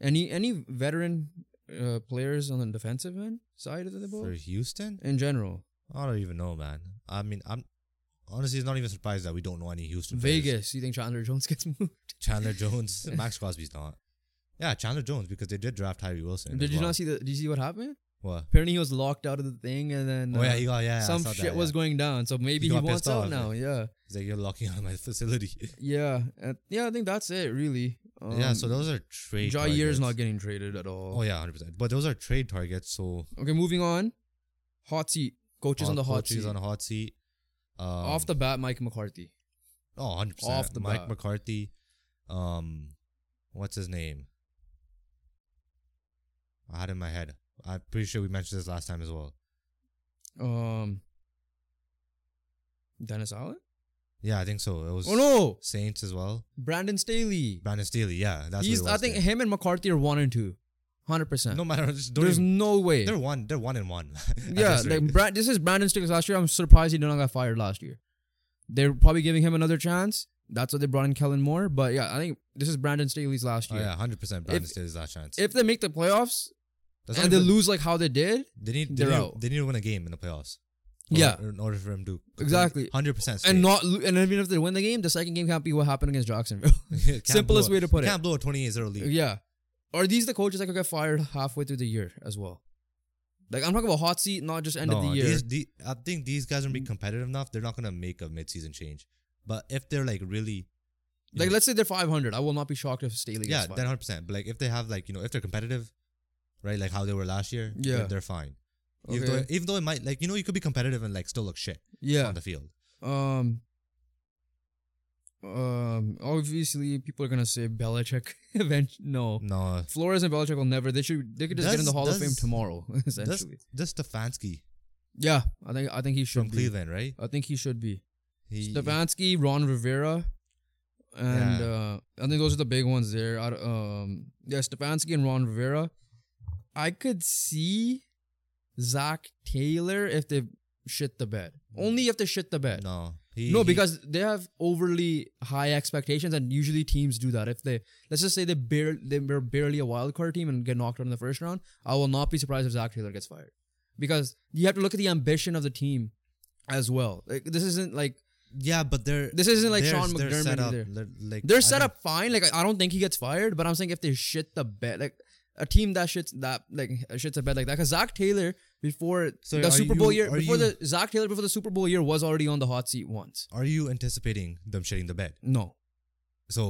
S1: Any any veteran uh, players on the defensive end side of the ball
S2: For Houston,
S1: in general.
S2: I don't even know, man. I mean, I'm honestly it's not even surprised that we don't know any Houston. players.
S1: Vegas, you think Chandler Jones gets moved?
S2: Chandler Jones, Max Crosby's not. Yeah, Chandler Jones because they did draft Tyree Wilson.
S1: Did
S2: as
S1: you
S2: well.
S1: not see the? Did you see what happened?
S2: What?
S1: Apparently he was locked out of the thing, and then
S2: oh yeah,
S1: uh,
S2: he got yeah. I
S1: some
S2: saw that,
S1: shit was
S2: yeah.
S1: going down. So maybe he,
S2: got
S1: wants
S2: pissed
S1: out
S2: off,
S1: now. Yeah.
S2: He's like you're locking out my facility.
S1: Yeah, uh, yeah, I think that's it, really. Um,
S2: yeah, so those are trade.
S1: Jair's
S2: targets.
S1: not getting traded at all.
S2: Oh yeah, hundred percent. But those are trade targets. So
S1: Okay, moving on. Hot seat coaches on the hot
S2: Coach is
S1: seat.
S2: on a hot seat. Um,
S1: Off the bat, Mike McCarthy.
S2: oh, 100 percent.
S1: off the
S2: Mike
S1: bat.
S2: McCarthy. Um, what's his name? I had it in my head. I'm pretty sure we mentioned this last time as well.
S1: Um, Dennis Allen.
S2: Yeah, I think so. It was
S1: Oh no,
S2: Saints as well.
S1: Brandon Staley.
S2: Brandon Steele. Yeah, that's.
S1: He's.
S2: what it
S1: I
S2: was
S1: think
S2: then.
S1: him and McCarthy are one and two, hundred percent.
S2: no matter. Just don't
S1: There's
S2: even-
S1: no way.
S2: they're one. They're one and one. At
S1: Yeah,
S2: this rate.
S1: like Brad, this is Brandon Staley's last year. I'm surprised he did not got fired last year. They're probably giving him another chance. That's why they brought in Kellen Moore. But yeah, I think this is Brandon Staley's last
S2: Oh,
S1: year.
S2: yeah, hundred percent. Brandon Steele's last chance.
S1: if they make the playoffs
S2: That's not
S1: and they
S2: even-
S1: lose like how they did,
S2: They need. They
S1: they're
S2: need,
S1: out.
S2: they need to win a game in the playoffs.
S1: Yeah.
S2: in order for him to
S1: Exactly.
S2: hundred percent
S1: and not lo- and even if they win the game, the second game can't be what happened against Jacksonville. simplest way to put it.
S2: Can't blow a 28-0 lead.
S1: yeah, are these the coaches that could get fired halfway through the year as well? Like I'm talking about hot seat, not just end of
S2: No,
S1: the year.
S2: these- the- I think these guys are gonna be competitive enough. They're not gonna make a mid-season change. But if they're like really,
S1: like
S2: know-
S1: let's say they're 500, I will not be shocked if Staley gets
S2: yeah,
S1: fired.
S2: then hundred percent. But like if they have like you know if they're competitive, right? Like how they were last year. then
S1: Yeah.
S2: they're fine.
S1: okay.
S2: Even, though, even though it might like you know you could be competitive and like still look shit
S1: yeah.
S2: on the field.
S1: Um. Um, obviously, people are gonna say Belichick. Eventually, no,
S2: No,
S1: Flores and Belichick will never. They should. They could just get in
S2: Does-
S1: the Hall of Fame
S2: does-
S1: tomorrow.
S2: that's
S1: Essentially,
S2: that's Stefanski
S1: yeah. I think. I think he should
S2: from
S1: be.
S2: Cleveland, right?
S1: I think he should be.
S2: He,
S1: Stefanski, Ron Rivera, and
S2: Yeah.
S1: uh, I think those are the big ones there. I, d- um, yeah, Stefanski and Ron Rivera. I could see Zach Taylor if they shit the bed. Only if they shit the bed.
S2: no, he,
S1: No,
S2: he-
S1: because they have overly high expectations, and usually teams do that. If they let's just say they barely they were barely a wild card team and get knocked out in the first round, I will not be surprised if Zach Taylor gets fired, because you have to look at the ambition of the team as well. Like this isn't like
S2: yeah, but they're
S1: this isn't like
S2: they're-
S1: Sean
S2: they're
S1: McDermott
S2: set up,
S1: either.
S2: li- Like
S1: They're
S2: I
S1: set
S2: don't-
S1: up fine. Like I I don't think he gets fired, but I'm saying if they shit the bed, like a team that shits that like shits a bed like that, because Zach Taylor before
S2: So
S1: the
S2: are
S1: Super Bowl
S2: you-
S1: year
S2: are
S1: before
S2: you-
S1: the Zach Taylor before the Super Bowl year was already on the hot seat once.
S2: Are you anticipating them shitting the bed?
S1: No,
S2: So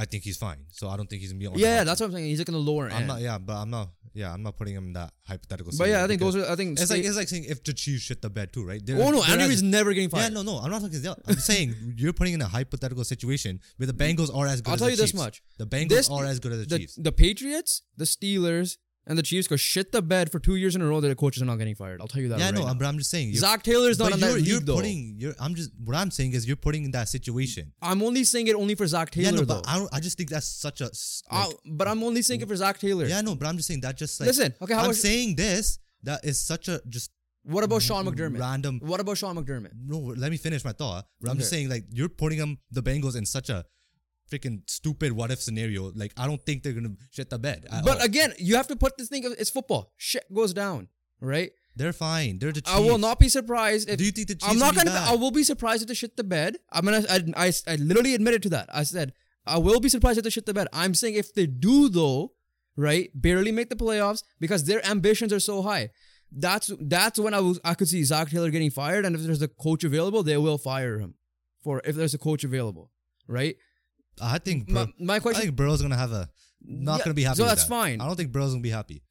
S2: I think he's fine. So I don't think he's gonna be on. the
S1: yeah,
S2: hot
S1: that's what I'm saying. He's like in the lower
S2: I'm
S1: end.
S2: not. Yeah, but I'm not. Yeah, I'm not putting him in that hypothetical.
S1: but yeah, I
S2: scenario
S1: think
S2: because
S1: those are. I think
S2: It's
S1: sta-
S2: like it's like saying if the Chiefs shit the bed too, right? They're-
S1: oh no,
S2: they're
S1: Andy
S2: as-
S1: Reid's never getting
S2: Yeah,
S1: fired.
S2: no, no. I'm not talking. yeah, I'm saying you're putting in a hypothetical situation where the Bengals are as good.
S1: I'll
S2: as
S1: tell
S2: the
S1: you this much.
S2: Chiefs. the Bengals
S1: This-
S2: are as good as the,
S1: the
S2: Chiefs.
S1: the Patriots, the Steelers, and the Chiefs go shit the bed for two years in a row. That the coaches are not getting fired. I'll tell you that.
S2: Yeah,
S1: right
S2: no.
S1: now.
S2: I'm, but I'm just saying. you're-
S1: Zach Taylor's not
S2: but
S1: on
S2: you're,
S1: that
S2: you're
S1: league though.
S2: putting. You're. I'm just. What I'm saying is you're putting in that situation.
S1: I'm only saying it only for Zach Taylor
S2: Yeah, no.
S1: though.
S2: But I, don't, I just think that's such a. s-
S1: I-
S2: like-
S1: but I'm only saying it for Zach Taylor.
S2: yeah, no. But I'm just saying that just like.
S1: Listen, okay, how
S2: I'm
S1: was-
S2: saying this. That is such a just
S1: What about Sean McDermott?
S2: random
S1: What about Sean McDermott?
S2: no, let me finish my thought. But I'm just
S1: Okay.
S2: saying, like, you're putting them, the Bengals, in such a freaking stupid what if scenario. Like, I don't think they're gonna shit the bed. at
S1: But
S2: all.
S1: again, you have to put this thing. It's football. Shit goes down, right?
S2: they're fine. They're the Chiefs.
S1: I will not be surprised if
S2: Do you think the Chiefs?
S1: I'm not
S2: will be
S1: gonna.
S2: bad?
S1: I will be surprised if they shit the bed. I'm gonna. I, I, I literally admitted to that. I said I will be surprised if they shit the bed. I'm saying if they do though, right, barely make the playoffs because their ambitions are so high. That's that's when I was I could see Zach Taylor getting fired, and if there's a coach available, they will fire him. For if there's a coach available, right?
S2: I think. Bur-
S1: My, my
S2: I
S1: question.
S2: think Burrow's gonna have a not
S1: Yeah,
S2: gonna be happy.
S1: so
S2: with
S1: that's
S2: that.
S1: fine.
S2: I don't think Burrow's gonna be happy.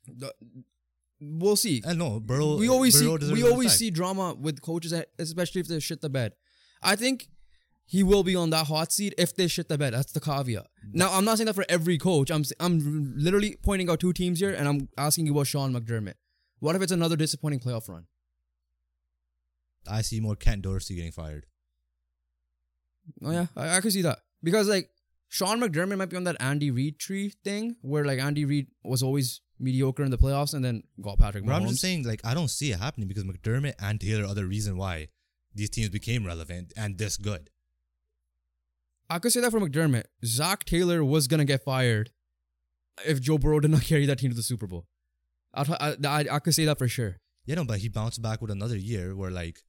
S1: we'll see.
S2: And no, Burrow.
S1: we always
S2: Burrow
S1: see
S2: deserves
S1: we
S2: the
S1: always
S2: respect.
S1: see drama with coaches, e, especially if they shit the bed. I think he will be on that hot seat if they shit the bed. That's the caveat. Now I'm not saying that for every coach. I'm s- I'm literally pointing out two teams here, and I'm asking you about Sean McDermott. What if it's another disappointing playoff run?
S2: I see more Kent Dorsey getting fired.
S1: Oh yeah, I, I could see that because like Sean McDermott might be on that Andy Reid tree thing, where like Andy Reid was always mediocre in the playoffs and then got Patrick Mahomes.
S2: But I'm just saying, like, I don't see it happening because McDermott and Taylor are the reason why these teams became relevant and this good.
S1: I could say that for McDermott. Zach Taylor was gonna get fired if Joe Burrow did not carry that team to the Super Bowl. I'd, I, I I could say that for sure.
S2: Yeah, no, but he bounced back with another year where, like,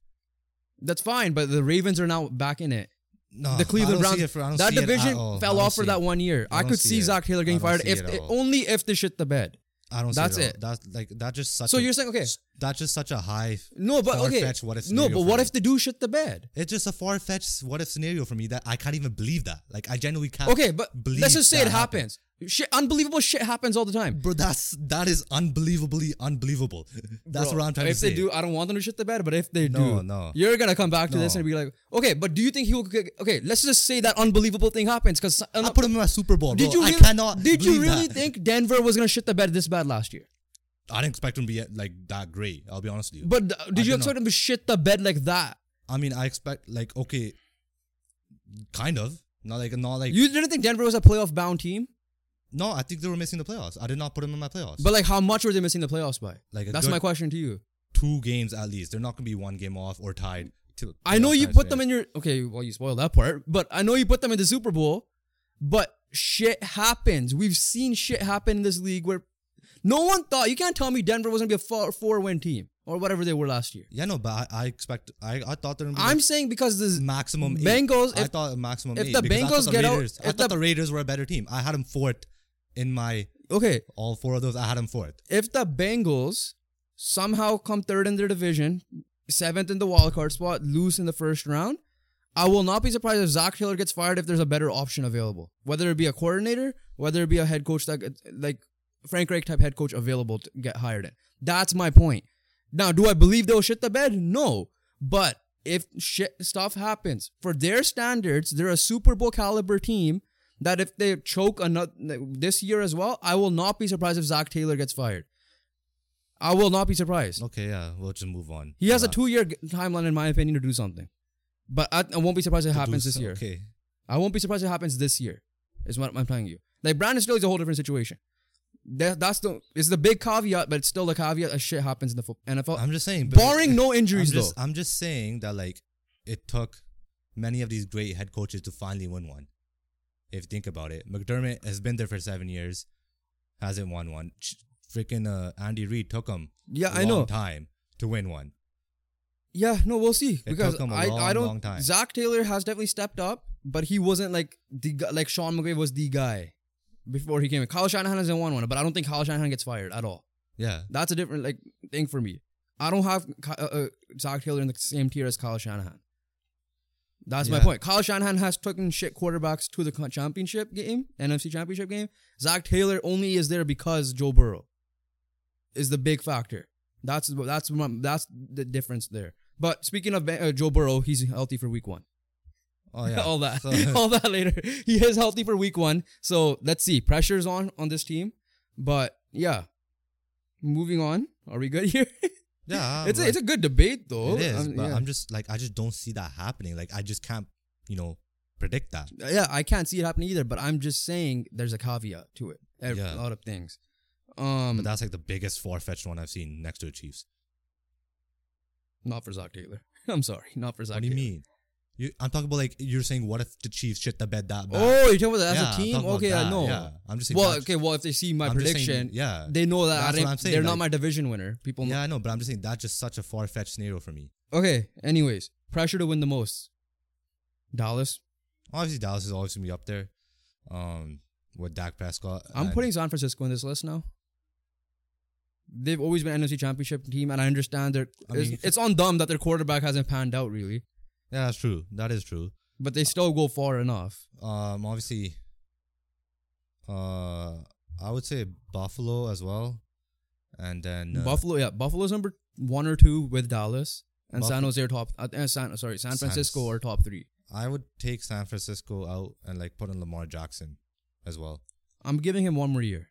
S1: That's fine, but the Ravens are now back in it.
S2: No,
S1: The Cleveland
S2: Ah, I
S1: Browns.
S2: don't see it for- I don't
S1: that
S2: see it at
S1: division
S2: all. I
S1: fell
S2: don't
S1: off for
S2: see
S1: that
S2: it.
S1: one year.
S2: I
S1: I,
S2: don't
S1: could
S2: see
S1: see
S2: it.
S1: Zach Taylor
S2: I
S1: getting
S2: don't
S1: fired
S2: see
S1: if
S2: it at
S1: it-
S2: all.
S1: only if they shit the bed.
S2: I don't.
S1: That's
S2: see it.
S1: it.
S2: at all. That's like that. Just such.
S1: So
S2: a,
S1: you're saying okay?
S2: that's just such a high.
S1: No, but okay.
S2: Far-fetched what if
S1: no,
S2: scenario
S1: but
S2: for
S1: what
S2: me.
S1: if they do shit the bed?
S2: It's just a far fetched what if scenario for me that I can't even believe that. Like I genuinely can't.
S1: Okay, but
S2: believe
S1: let's just say
S2: that
S1: it happens. Shit, unbelievable shit happens all the time.
S2: bro. That's that is unbelievably unbelievable. That's
S1: Bro,
S2: what I'm trying
S1: if
S2: to say.
S1: they do, I don't want them to shit the bed, but if they
S2: No,
S1: do,
S2: no.
S1: you're gonna come back to this
S2: No.
S1: and be like, okay, but do you think he will? Get, okay, let's just say that unbelievable thing happens because
S2: I put him in my Super Bowl.
S1: did
S2: bro.
S1: you really,
S2: I cannot.
S1: did you
S2: believe
S1: really
S2: that.
S1: think Denver was gonna shit the bed this bad last year?
S2: I didn't expect him to be like that great. I'll be honest with you.
S1: But uh, did you
S2: did
S1: expect
S2: not.
S1: him to shit the bed like that?
S2: I mean, I expect like okay, kind of. Not like not like
S1: You didn't think Denver was a playoff bound team,
S2: no. I think they were missing the playoffs. I did not put him in my playoffs.
S1: but like how much were they missing the playoffs by?
S2: Like a
S1: that's
S2: good-
S1: my question to you.
S2: two games at least. They're not gonna be one game off or tied. To
S1: I know
S2: playoff
S1: you
S2: time
S1: put them
S2: span.
S1: in your okay. Well, you spoiled that part, but I know you put them in the Super Bowl. But shit happens. We've seen shit happen in this league where no one thought. You can't tell me Denver was gonna be a four, four win team or whatever they were last year.
S2: Yeah, no, but I, I expect I, I thought they're gonna be
S1: I'm
S2: like
S1: saying because this
S2: maximum eight.
S1: Bengals,
S2: I
S1: if-
S2: thought maximum
S1: if
S2: eight.
S1: the
S2: because I thought
S1: Bengals
S2: the
S1: get out-
S2: Raiders, I
S1: if
S2: thought
S1: the-
S2: the Raiders were a better team. I had them fourth in my
S1: okay.
S2: all four of those. I had them fourth.
S1: If the Bengals somehow come third in their division, seventh in the wild card spot, lose in the first round, I will not be surprised if Zach Taylor gets fired if there's a better option available. Whether it be a coordinator, whether it be a head coach that like Frank Reich type head coach available to get hired in. That's my point. Now, do I believe they'll shit the bed? No. But if shit stuff happens for their standards, they're a Super Bowl caliber team. That if they choke another this year as well, I will not be surprised if Zach Taylor gets fired. I will not be surprised.
S2: Okay, yeah, we'll just move on.
S1: He has a
S2: Uh,
S1: two year timeline, in my opinion, to do something. But I, I won't be surprised if it
S2: to do
S1: happens this
S2: so-
S1: year.
S2: Okay,
S1: I won't be surprised if it happens this year. Is what I'm telling you. Like Brandon Staley is a whole different situation. That, that's the it's the big caveat, but it's still the caveat that shit happens in the fo- NFL.
S2: I'm just saying. but-
S1: Barring no
S2: I'm
S1: injuries
S2: just,
S1: though.
S2: I'm just saying that like it took many of these great head coaches to finally win one. If you think about it, McDermott has been there for seven years, hasn't won one. Ch- Freaking uh, Andy Reid took him
S1: Yeah,
S2: a
S1: I know.
S2: long time to win one.
S1: Yeah, no, we'll see because
S2: took him a
S1: I, I
S2: long,
S1: don't.
S2: long time.
S1: Zach Taylor has definitely stepped up, but he wasn't like the gu- like Sean McVay was the guy before he came in. Kyle Shanahan hasn't won one, but I don't think Kyle Shanahan gets fired at all.
S2: Yeah,
S1: That's a different like thing for me. I don't have Ky- uh, uh, Zach Taylor in the same tier as Kyle Shanahan. That's my
S2: Yeah.
S1: point. Kyle Shanahan has taken shit quarterbacks to the con- championship game, NFC championship game. Zach Taylor only is there because Joe Burrow is the big factor. That's what- that's my, that's the difference there. But speaking of Ben- uh, Joe Burrow, he's healthy for week one.
S2: oh yeah,
S1: all that,
S2: So-
S1: all that later. He is healthy for week one, so let's see. Pressure's on on this team, but yeah. Moving on, are we good here?
S2: yeah. I'm
S1: it's a,
S2: like-
S1: it's a good debate though.
S2: it is,
S1: Um,
S2: but
S1: yeah.
S2: I'm just like I just don't see that happening. Like I just can't, you know, predict that.
S1: yeah, I can't see it happening either. But I'm just saying there's a caveat to it. Ev-
S2: Yeah.
S1: A lot of things. Um,
S2: But that's like the biggest far fetched one I've seen next to the Chiefs.
S1: not for Zach Taylor. I'm sorry, not for Zach.
S2: What do you
S1: Taylor.
S2: mean? You, I'm talking about like you're saying, what if the Chiefs shit the bed that bad?
S1: Oh, you're talking about that
S2: Yeah,
S1: as a
S2: I'm
S1: team?
S2: talking about
S1: Okay, I
S2: that,
S1: know.
S2: Yeah, I'm just saying.
S1: Well,
S2: that's-
S1: okay. Well, if they see my
S2: I'm just saying-
S1: prediction,
S2: yeah,
S1: they know that I
S2: That's what
S1: didn't,
S2: I'm saying,
S1: they're not
S2: like-
S1: my division winner. People.
S2: yeah, I know, but I'm just saying that's just such a far fetched scenario for me.
S1: Okay. Anyways, pressure to win the most. Dallas.
S2: Obviously, Dallas is always gonna be up there, um, with Dak Prescott.
S1: I'm
S2: and-
S1: putting San Francisco in this list now. They've always been an NFC Championship team, and I understand they're.
S2: I mean,
S1: it's, it's on them that their quarterback hasn't panned out really,
S2: Yeah, that's true. That is true.
S1: but they still go far enough.
S2: Um, obviously, uh, I would say Buffalo as well, and then uh,
S1: Buffalo, yeah, Buffalo's number one or two with Dallas, and San
S2: Buffalo-
S1: Jose are top. Uh, uh, San, sorry, San
S2: San-
S1: Francisco are top three.
S2: I would take San Francisco out and like put in Lamar Jackson as well
S1: I'm giving him one more year.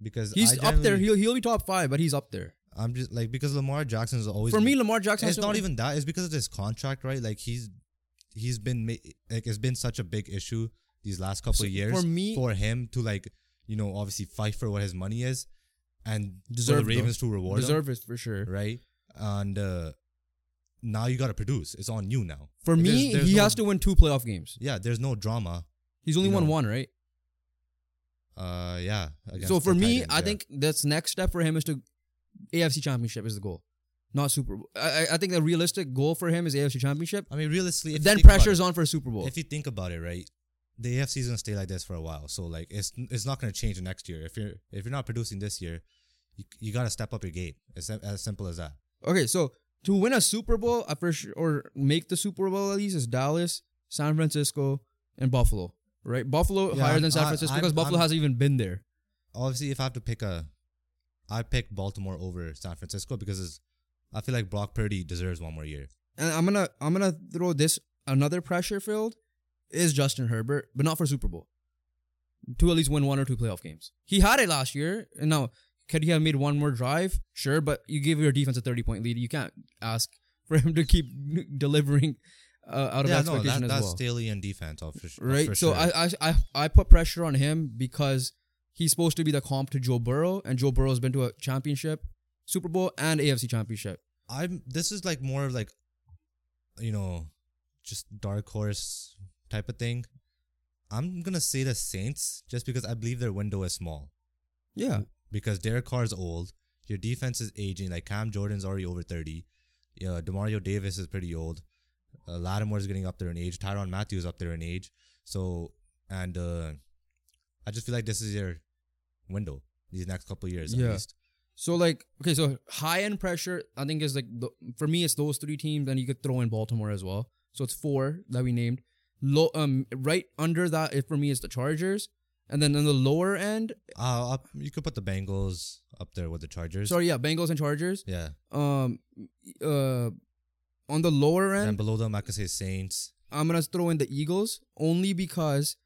S2: because
S1: He's
S2: I
S1: up there.
S2: generally-
S1: He'll he'll be top five, but he's up there
S2: I'm just like because Lamar Jackson is always
S1: for me. Lamar Jackson.
S2: it's not even that. It's because of this contract, right? Like he's he's been ma- like it's been such a big issue these last couple
S1: So,
S2: of years
S1: for me-
S2: for him to like you know obviously fight for what his money is and for
S1: Deserved,
S2: the Ravens to reward
S1: deserve it for sure.
S2: him, right? And uh, now you got to produce. It's on you now.
S1: For
S2: There's-
S1: me,
S2: there's
S1: he
S2: no-
S1: has to win two playoff games.
S2: Yeah, there's no drama.
S1: He's only won
S2: No.
S1: one, right?
S2: Uh, yeah. against
S1: So
S2: the
S1: for me,
S2: Titans,
S1: I
S2: yeah.
S1: think this next step for him is to AFC Championship is the goal, not Super Bowl. I, I- I think the realistic goal for him is AFC Championship.
S2: I mean, realistically, if you
S1: then
S2: think about
S1: pressure's
S2: it-
S1: on for a Super Bowl.
S2: If you think about it, right, the AFC is gonna stay like this for a while. So like, it's it's not gonna change next year. If you're if you're not producing this year, you, you gotta step up your game. It's as- as simple as that.
S1: okay, so to win a Super Bowl, I for sure, or make the Super Bowl at least is Dallas, San Francisco, and Buffalo. Right, Buffalo
S2: Yeah,
S1: higher than San
S2: I-
S1: Francisco
S2: I'm-
S1: because Buffalo
S2: I'm-
S1: hasn't even been there.
S2: Obviously, if I have to pick a, I pick Baltimore over San Francisco because it's, I feel like Brock Purdy deserves one more year.
S1: And I'm gonna I'm gonna throw this another pressure field is Justin Herbert, but not for Super Bowl. To at least win one or two playoff games. He had it last year. And now, could he have made one more drive? Sure, but you give your defense a 30 point lead. You can't ask for him to keep delivering uh, out of
S2: yeah, no,
S1: expectation
S2: that,
S1: as
S2: that's
S1: well.
S2: Staley and defense, oh, for, su-
S1: right?
S2: for
S1: so
S2: sure.
S1: I, I I I put pressure on him because he's supposed to be the comp to Joe Burrow, and Joe Burrow's been to a championship, Super Bowl, and AFC championship.
S2: I'm this is like more of like you know just dark horse type of thing. I'm gonna say the Saints just because I believe their window is small.
S1: Yeah.
S2: Because Derek Carr is old, your defense is aging, like Cam Jordan's already over thirty. Yeah, Demario Davis is pretty old. Uh, Lattimore's getting up there in age. Tyron Matthews up there in age. So and uh I just feel like this is your window these next couple years
S1: Yeah.
S2: at least.
S1: So like okay, so high end pressure I think is like the, for me it's those three teams, and you could throw in Baltimore as well. So it's four that we named. Low um right under that it, for me is the Chargers, and then on the lower end,
S2: Uh, up, you could put the Bengals up there with the Chargers.
S1: sorry yeah, Bengals and Chargers.
S2: Yeah.
S1: Um, e, uh, on the lower
S2: And then
S1: end,
S2: below them, I could say Saints.
S1: I'm gonna throw in the Eagles only because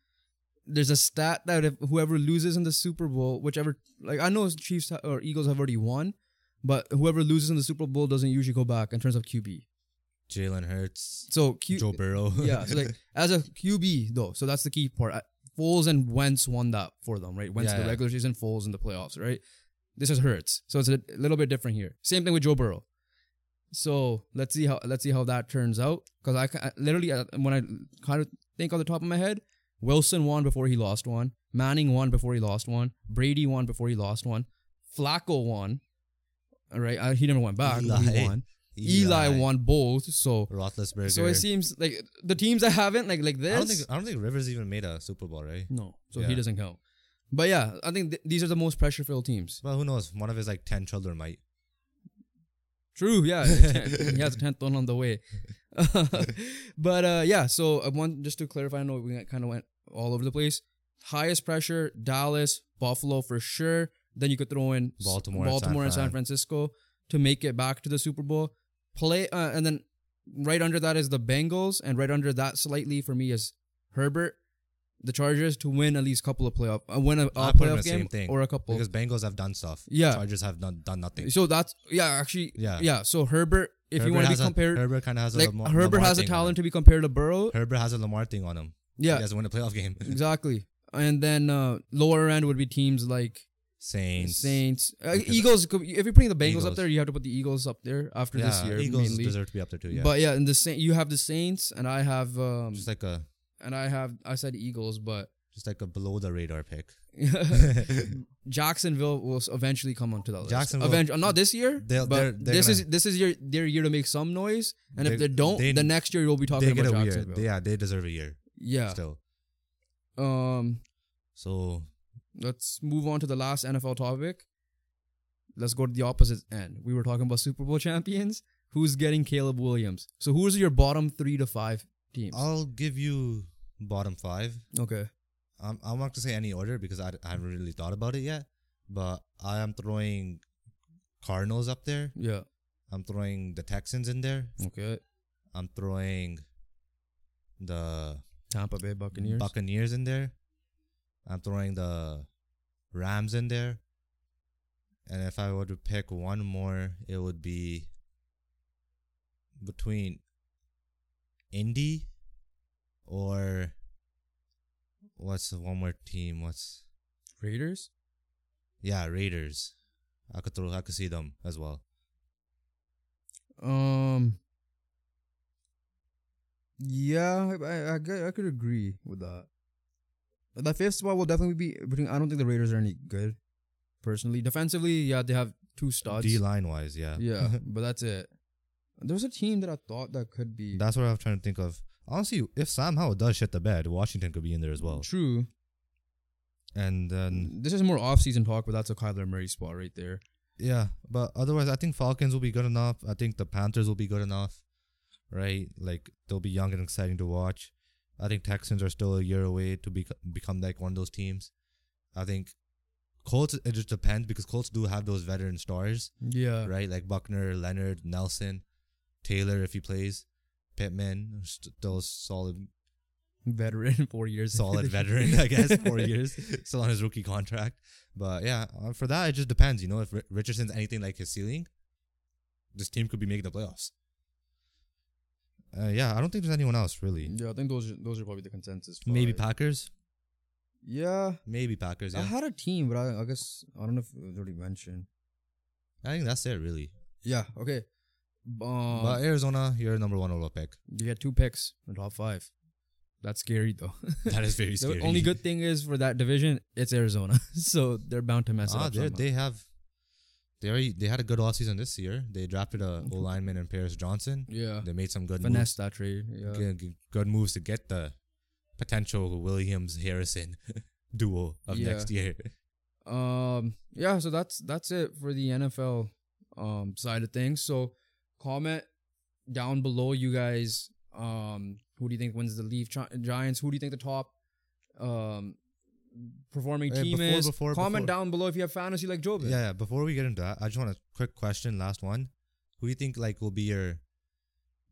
S1: there's a stat that if whoever loses in the Super Bowl, whichever like I know Chiefs ha- or Eagles have already won, but whoever loses in the Super Bowl doesn't usually go back in terms of QB.
S2: Jalen Hurts,
S1: So Q,
S2: Joe Burrow.
S1: yeah, so like as a QB though, so that's the key part. Uh, Foles and Wentz won that for them, right? Wentz in
S2: Yeah.
S1: the regular season, Foles in the playoffs, right? This is Hurts, so it's a little bit different here. Same thing with Joe Burrow. So let's see how let's see how that turns out. Because I, ca- I literally uh, when I kind of think on the top of my head, Wilson won before he lost one. Manning won before he lost one. Brady won before he lost one. Flacco won. All right, uh, he never went back. but
S2: Eli.
S1: he won. Eli. won both. So
S2: Roethlisberger.
S1: so it seems like the teams that haven't like like this.
S2: I don't think I don't think Rivers even made a Super Bowl, right?
S1: no, so
S2: Yeah.
S1: he doesn't count. But yeah, I think th- these are the most pressure filled teams.
S2: Well, who knows? One of his like ten children might.
S1: True, yeah, he has a tenth one on the way. but uh, yeah, so uh, one just to clarify, I know we kind of went all over the place. Highest pressure: Dallas, Buffalo for sure. Then you could throw in s-
S2: Baltimore and San
S1: Baltimore and San
S2: Fran.
S1: Francisco to make it back to the Super Bowl. Play, uh, and then right under that is the Bengals, and right under that slightly for me is Herbert, the Chargers to win at least a couple of playoff, uh, win a, a
S2: I put them in
S1: playoff
S2: the same
S1: game
S2: thing
S1: or a couple.
S2: Because Bengals have done stuff.
S1: Yeah.
S2: Chargers have done done nothing.
S1: so that's yeah, actually yeah,
S2: Yeah.
S1: So Herbert, if you
S2: Herbert
S1: want to
S2: has
S1: be
S2: a-
S1: compared,
S2: Herbert kind of has a
S1: like
S2: Lamar,
S1: Herbert
S2: Lamar
S1: has a
S2: thing on him.
S1: talent to be compared to Burrow.
S2: Herbert has a Lamar thing on him. He
S1: Yeah,
S2: doesn't win a playoff game.
S1: exactly. And then uh, lower end would be teams like
S2: Saints.
S1: Saints, uh,
S2: Because-
S1: Eagles. could- If you're putting the Bengals up
S2: Eagles.
S1: there, you have to put the Eagles up there after
S2: Yeah,
S1: this year
S2: Eagles
S1: mainly.
S2: deserve to be up there too. Yeah.
S1: But yeah, and the Saint, you have the Saints, and I have um,
S2: just like a
S1: and I have I said Eagles, but
S2: just like a below the radar pick.
S1: Jacksonville will s- eventually come onto that list.
S2: Jacksonville-
S1: Eventu- not this year,
S2: They'll-
S1: but
S2: they're- they're
S1: this
S2: gonna-
S1: is this is your their year to make some noise. And if
S2: They-
S1: they don't,
S2: they-
S1: the next year you'll be talking
S2: they get
S1: about
S2: a year.
S1: Jacksonville.
S2: They, yeah, they deserve a year
S1: yeah.
S2: still.
S1: Um.
S2: So
S1: Let's move on to the last NFL topic. Let's go to the opposite end. We were talking about Super Bowl champions. Who's getting Caleb Williams? So who's your bottom three to five teams?
S2: I'll give you bottom five.
S1: okay.
S2: I'm I'm not gonna say any order because I, I haven't really thought about it yet. But I am throwing Cardinals up there.
S1: Yeah.
S2: I'm throwing the Texans in there.
S1: Okay.
S2: I'm throwing the
S1: Tampa Bay Buccaneers.
S2: Buccaneers in there. I'm throwing the Rams in there. And if I were to pick one more, it would be between Indy or what's the one more team? What's
S1: Raiders.
S2: yeah, Raiders. I could throw I could see them as well.
S1: Um. Yeah, I I, I, gu- I could agree with that. The fifth spot will definitely be between. I don't think the Raiders are any good, personally. Defensively, yeah, they have two studs.
S2: D line wise, yeah.
S1: Oh, Yeah, but that's it. There's a team that I thought that could be
S2: That's what I'm trying to think of. Honestly, if Sam Howell does shit the bed, Washington could be in there as well.
S1: true.
S2: And then
S1: This is more off-season talk, but that's a Kyler Murray spot right there.
S2: Yeah, but otherwise, I think Falcons will be good enough. I think the Panthers will be good enough, right? Like they'll be young and exciting to watch. I think Texans are still a year away to be- become like one of those teams. I think Colts. It just depends because Colts do have those veteran stars,
S1: Yeah,
S2: right? Like Buckner, Leonard, Nelson, Taylor if he plays, Pittman, st- those solid,
S1: veteran, four years,
S2: solid veteran, I guess, four years still on his rookie contract. But yeah, uh, for that it just depends. You know, if Ri- Richardson's anything like his ceiling, this team could be making the playoffs. Uh, yeah, I don't think there's anyone else really.
S1: Yeah, I think those are, those are probably the consensus.
S2: Maybe
S1: five.
S2: Packers. Uh-huh.
S1: yeah,
S2: Maybe Packers.
S1: I
S2: Yeah,
S1: had a team, but I, I guess I don't know if it was already mentioned.
S2: I think that's it really.
S1: Yeah. Okay. Um,
S2: but Arizona, you're number one overall pick.
S1: you get two picks in the top five. That's scary though.
S2: That is very
S1: the
S2: scary.
S1: only good thing is for that division, it's Arizona, so they're bound to mess it
S2: Ah,
S1: up.
S2: they
S1: somehow.
S2: they have. They already they had a good offseason this year. They drafted a O lineman in Paris Johnson.
S1: yeah,
S2: They made some good moves.
S1: finesse that trade. Yeah.
S2: good, good- good moves to get the potential Williams Harrison duo of
S1: Yeah.
S2: next year.
S1: Um. Yeah. So that's that's it for the NFL um side of things. So comment down below, you guys. Um. Who do you think wins the Leaf Gi- Giants? Who do you think the top um performing
S2: Hey,
S1: team
S2: before-
S1: is?
S2: before-
S1: comment
S2: before-
S1: down below if you have fantasy like Jobin.
S2: Yeah, yeah. Before we get into that, I just want a quick question, last one. Who do you think like will be your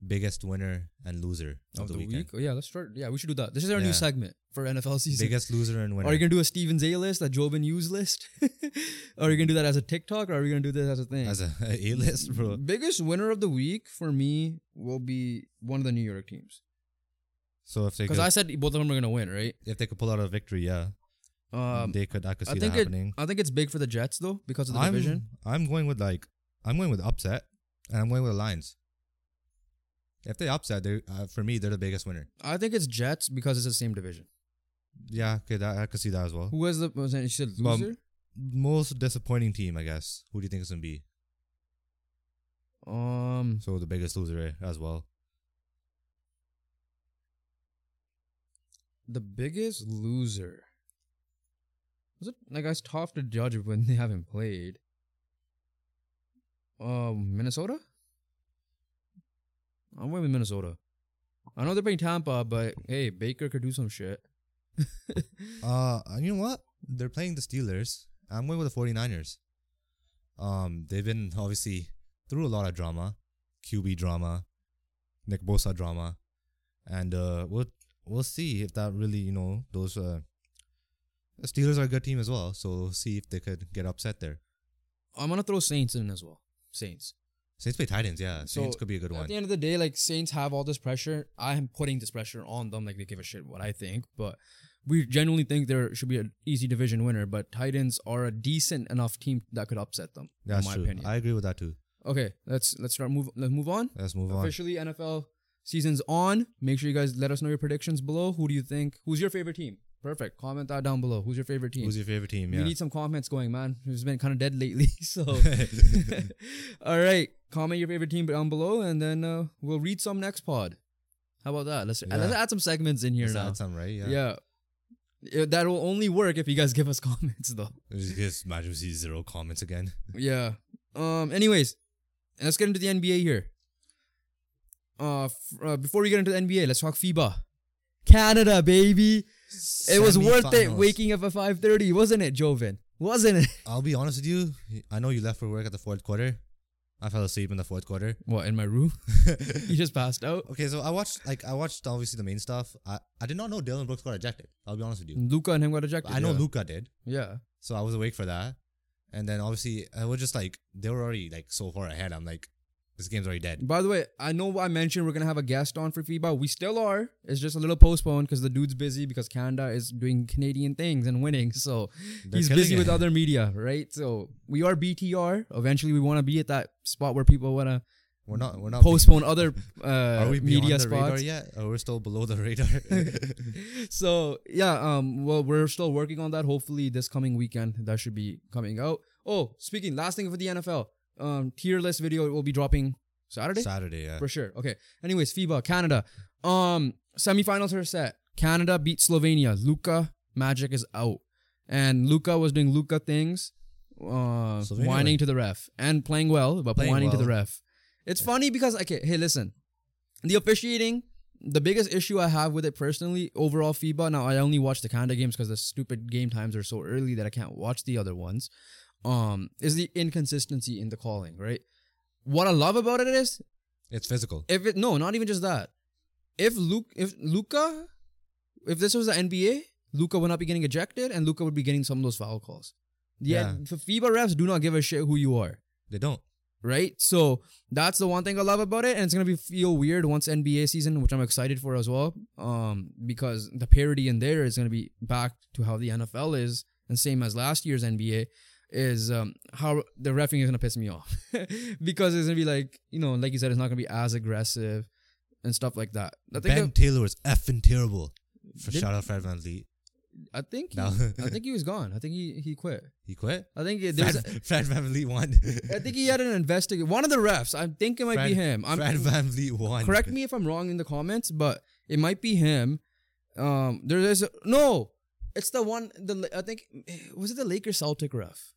S2: biggest winner and loser of, the, weekend.
S1: Oh, yeah, let's start. Yeah, we should do that. This is our new
S2: Yeah.
S1: segment for NFL season.
S2: Biggest loser and winner.
S1: Are you gonna do a Stevens A list, a Jobin Hughes list? are you gonna do that as a TikTok, or are we gonna do this as a thing?
S2: as a A list, bro.
S1: Biggest winner of the week for me will be one of the New York teams
S2: So if they
S1: because
S2: could,
S1: I said both of them are gonna win, right?
S2: if they could pull out a victory, yeah,
S1: Um,
S2: they could. I could see
S1: I think
S2: that
S1: it,
S2: happening.
S1: I think it's big for the Jets though because of the
S2: I'm
S1: division.
S2: I'm going with like I'm going with upset, and I'm going with the Lions. If they upset, they uh, for me they're the biggest winner.
S1: I think it's Jets because it's the same division.
S2: Yeah, okay, that, I could see that as well.
S1: Who has the was that- you said
S2: Um,
S1: loser?
S2: Most disappointing team, I guess. Who do you think is gonna be?
S1: Um,
S2: So the biggest loser as well.
S1: the biggest loser. Was it like it's tough to judge when they haven't played? Um, Minnesota. I'm going with Minnesota. I know they're playing Tampa, but hey, Baker could do some shit.
S2: Uh, and you know what? They're playing the Steelers. I'm going with the 49ers. Um, they've been obviously through a lot of drama, QB drama, Nick Bosa drama, and uh, we'll we'll see if that really you know those uh, the Steelers are a good team as well. So we'll see if they could get upset there.
S1: I'm gonna throw Saints in as well. Saints.
S2: Saints play Titans, yeah.
S1: So,
S2: Saints could be a good
S1: At
S2: one.
S1: the end of the day, like Saints have all this pressure. I am putting this pressure on them. Like they give a shit what I think, but we genuinely think there should be an easy division winner. But Titans are a decent enough team that could upset them.
S2: That's
S1: in my
S2: true.
S1: opinion.
S2: I agree with that too.
S1: okay, let's let's start move. Let's move on.
S2: Let's move on.
S1: Officially, NFL season's on. Make sure you guys let us know your predictions below. Who do you think? Who's your favorite team? Perfect. Comment that down below. Who's your favorite team?
S2: Who's your favorite team?
S1: We
S2: Yeah.
S1: need some comments going, man. It's been kind of dead lately. So, all right, comment your favorite team down below, and then uh, we'll read some next pod. How about that? Let's
S2: Yeah.
S1: let's add some segments in here
S2: Is
S1: now.
S2: that sound right? Yeah.
S1: yeah, Yeah, that will only work if you guys give us comments, though.
S2: Just imagine we see zero comments again.
S1: yeah. Um. Anyways, let's get into the NBA here. Uh, f- uh, before we get into the NBA, let's talk FIBA. Canada, baby. It was worth it
S2: Semifinals.
S1: waking up at 5:30, wasn't it, Jovan? Wasn't it?
S2: I'll be honest with you. I know you left for work at the fourth quarter. I fell asleep in the fourth quarter.
S1: What, in my room? you just passed out?
S2: Okay, so I watched like I watched obviously the main stuff. I, I did not know Dylan Brooks got ejected. I'll be honest with you.
S1: Luca and him got ejected.
S2: I know
S1: yeah.
S2: Luca did,
S1: Yeah.
S2: so I was awake for that. And then obviously I was just like they were already like so far ahead. I'm like, this game's already dead.
S1: By the way, I know I mentioned we're gonna have a guest on for FIBA. We still are. It's just a little postponed because the dude's busy because Canada is doing Canadian things and winning. So
S2: They're
S1: he's
S2: killing
S1: busy
S2: it.
S1: with other media, right? So we are BTR. Eventually, we want to be at that spot where people want to
S2: We're not. We're not.
S1: postpone other uh,
S2: Are we beyond
S1: media
S2: the radar
S1: spots.
S2: yet? Or we're still below the radar.
S1: So yeah, um, well, we're still working on that. Hopefully, this coming weekend that should be coming out. Oh, speaking, last thing for the NFL, um, tier list video will be dropping Saturday.
S2: Saturday, yeah.
S1: for sure. Okay. Anyways, FIBA, Canada. Um, semifinals are set. Canada beat Slovenia. Luca Magic is out, and Luca was doing Luca things, uh,
S2: Slovenia
S1: whining
S2: win.
S1: to the ref and playing well, but
S2: Playing
S1: whining to the
S2: well.
S1: ref. It's funny because okay, hey, listen, the officiating. The biggest issue I have with it personally, overall FIBA. Now I only watch the Canada games because the stupid game times are so early that I can't watch the other ones. Um, is the inconsistency in the calling, right? What I love about it is
S2: It's physical.
S1: if it no, not even just that. If Luke, if Luca, if this was the NBA, Luca would not be getting ejected, and Luca would be getting some of those foul calls. Yeah,
S2: Yeah.
S1: for FIBA refs do not give a shit who you are,
S2: They don't.
S1: right? So that's the one thing I love about it, and it's gonna be feel weird once NBA season, which I'm excited for as well, um, because the parity in there is gonna be back to how the NFL is, and same as last year's NBA. Is um, how the refing is gonna piss me off because it's gonna be like you know, like you said, it's not gonna be as aggressive and stuff like that. I think
S2: Ben
S1: that-
S2: Taylor was effing terrible. For
S1: Did-
S2: shout out Fred Van Lee.
S1: I think he,
S2: No.
S1: I think he was gone. I think he he quit.
S2: He quit?
S1: I think it, there was.
S2: Fred,
S1: A,
S2: Fred Van Lee won.
S1: I think he had an investigate. One of the refs. I think it might be him. I'm,
S2: Fred Van Vliet won.
S1: correct me if I'm wrong in the comments, but it might be him. Um, there is a, no. It's the one. The I think was it the Lakers Celtic ref.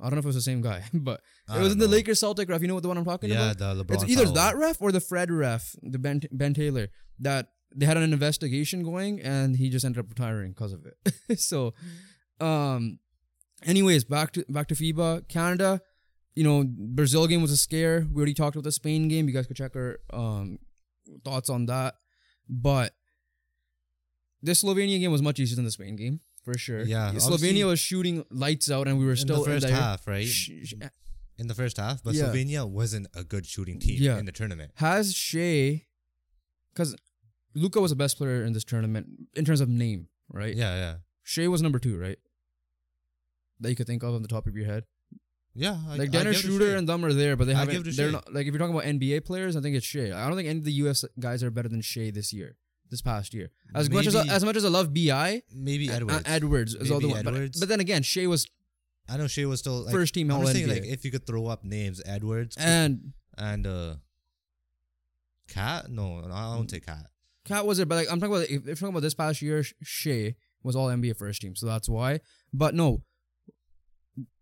S1: I don't know if it was the same guy, but
S2: I
S1: it was
S2: don't
S1: in the
S2: know.
S1: Lakers Celtic ref. You know what the one I'm talking
S2: Yeah,
S1: about?
S2: the LeBron.
S1: It's either
S2: foul.
S1: that ref or the Fred ref, the Ben Ben Taylor, that they had an investigation going and he just ended up retiring because of it. so, um, anyways, back to back to FIBA Canada. You know, Brazil game was a scare. We already talked about the Spain game. You guys could check our um thoughts on that. But this Slovenia game was much easier than the Spain game for sure.
S2: Yeah, obviously-
S1: Slovenia was shooting lights out, and we were
S2: in the
S1: still
S2: first
S1: there.
S2: half, right?
S1: Sh- sh-
S2: in the first half, but
S1: Yeah.
S2: Slovenia wasn't a good shooting team
S1: Yeah.
S2: in the tournament.
S1: has Shea, because Luca was the best player in this tournament in terms of name, right?
S2: Yeah, yeah,
S1: Shea was number two, right? That you could think of on the top of your head.
S2: yeah. I,
S1: like Dennis
S2: I give it to
S1: Schroeder
S2: Shea.
S1: and them are there, but they
S2: I give
S1: haven't.
S2: it to
S1: They're
S2: Shea.
S1: not like if you're talking about NBA players, I think it's Shea. I don't think any of the US guys are better than Shea this year, this past year. As much as I,
S2: Maybe-
S1: as much as I love Bi,
S2: maybe
S1: uh,
S2: Edwards.
S1: Edwards is all the
S2: Maybe
S1: one. But,
S2: Edwards.
S1: but then again, Shea was
S2: I know Shea was still like,
S1: first team Eh.
S2: I'm
S1: All
S2: just
S1: NBA,
S2: saying, like if you could throw up names, Edwards and,
S1: and
S2: uh, Cat. No, no, I don't take Cat.
S1: Cat was there. But like I'm talking about, if, if you're talking about this past year, Sh- Shea was all NBA first team, so that's why. But no,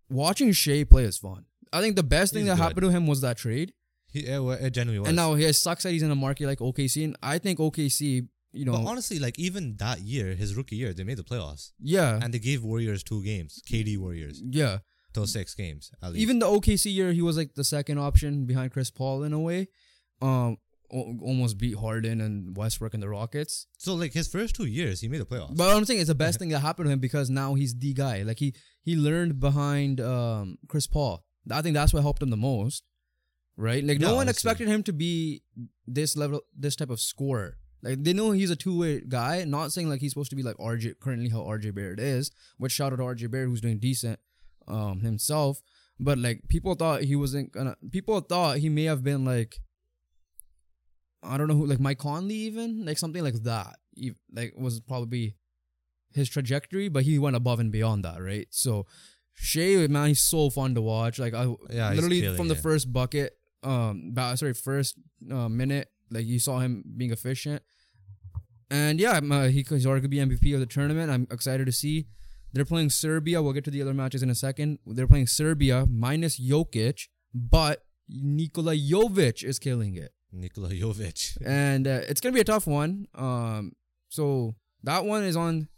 S1: watching Shea play is fun. I think the best thing
S2: He's
S1: that
S2: good.
S1: happened to him was that trade,
S2: He it, wa- it genuinely was.
S1: and now he sucks that he's in a market like OKC, and I think OKC, you know,
S2: but honestly, like even that year, his rookie year, they made the playoffs
S1: yeah.
S2: and they gave Warriors two games, KD Warriors,
S1: Yeah.
S2: till six games at least.
S1: Even the OKC year, he was like the second option behind Chris Paul in a way. Um, al- almost beat Harden and Westbrook and the Rockets.
S2: so like his first two years, he made the playoffs.
S1: But I'm saying it's the best thing that happened to him because now he's the guy. Like he he learned behind um Chris Paul. I think that's what helped him the most. Right? Like
S2: Yeah,
S1: no one
S2: honestly.
S1: expected him to be this level this type of scorer. Like they know he's a two way guy, not saying like he's supposed to be like RJ currently how RJ Barrett is, which shout out to RJ Barrett who's doing decent um himself. But like people thought he wasn't gonna people thought he may have been like I don't know who, like Mike Conley, even like something like that, ev- like was probably his trajectory, but he went above and beyond that, right? So Shea, man, he's so fun to watch. Like I
S2: Yeah, he's
S1: literally
S2: killing
S1: from the
S2: it.
S1: first bucket, um, ba- sorry, first uh, minute, like you saw him being efficient, and yeah, I'm, uh, he could- he's already gonna be MVP of the tournament. I'm excited to see. They're playing Serbia. We'll get to the other matches in a second. They're playing Serbia minus Jokic, but Nikola Jovic is killing it
S2: Nikola Jovic.
S1: and uh, it's gonna be a tough one. Um, so that one is on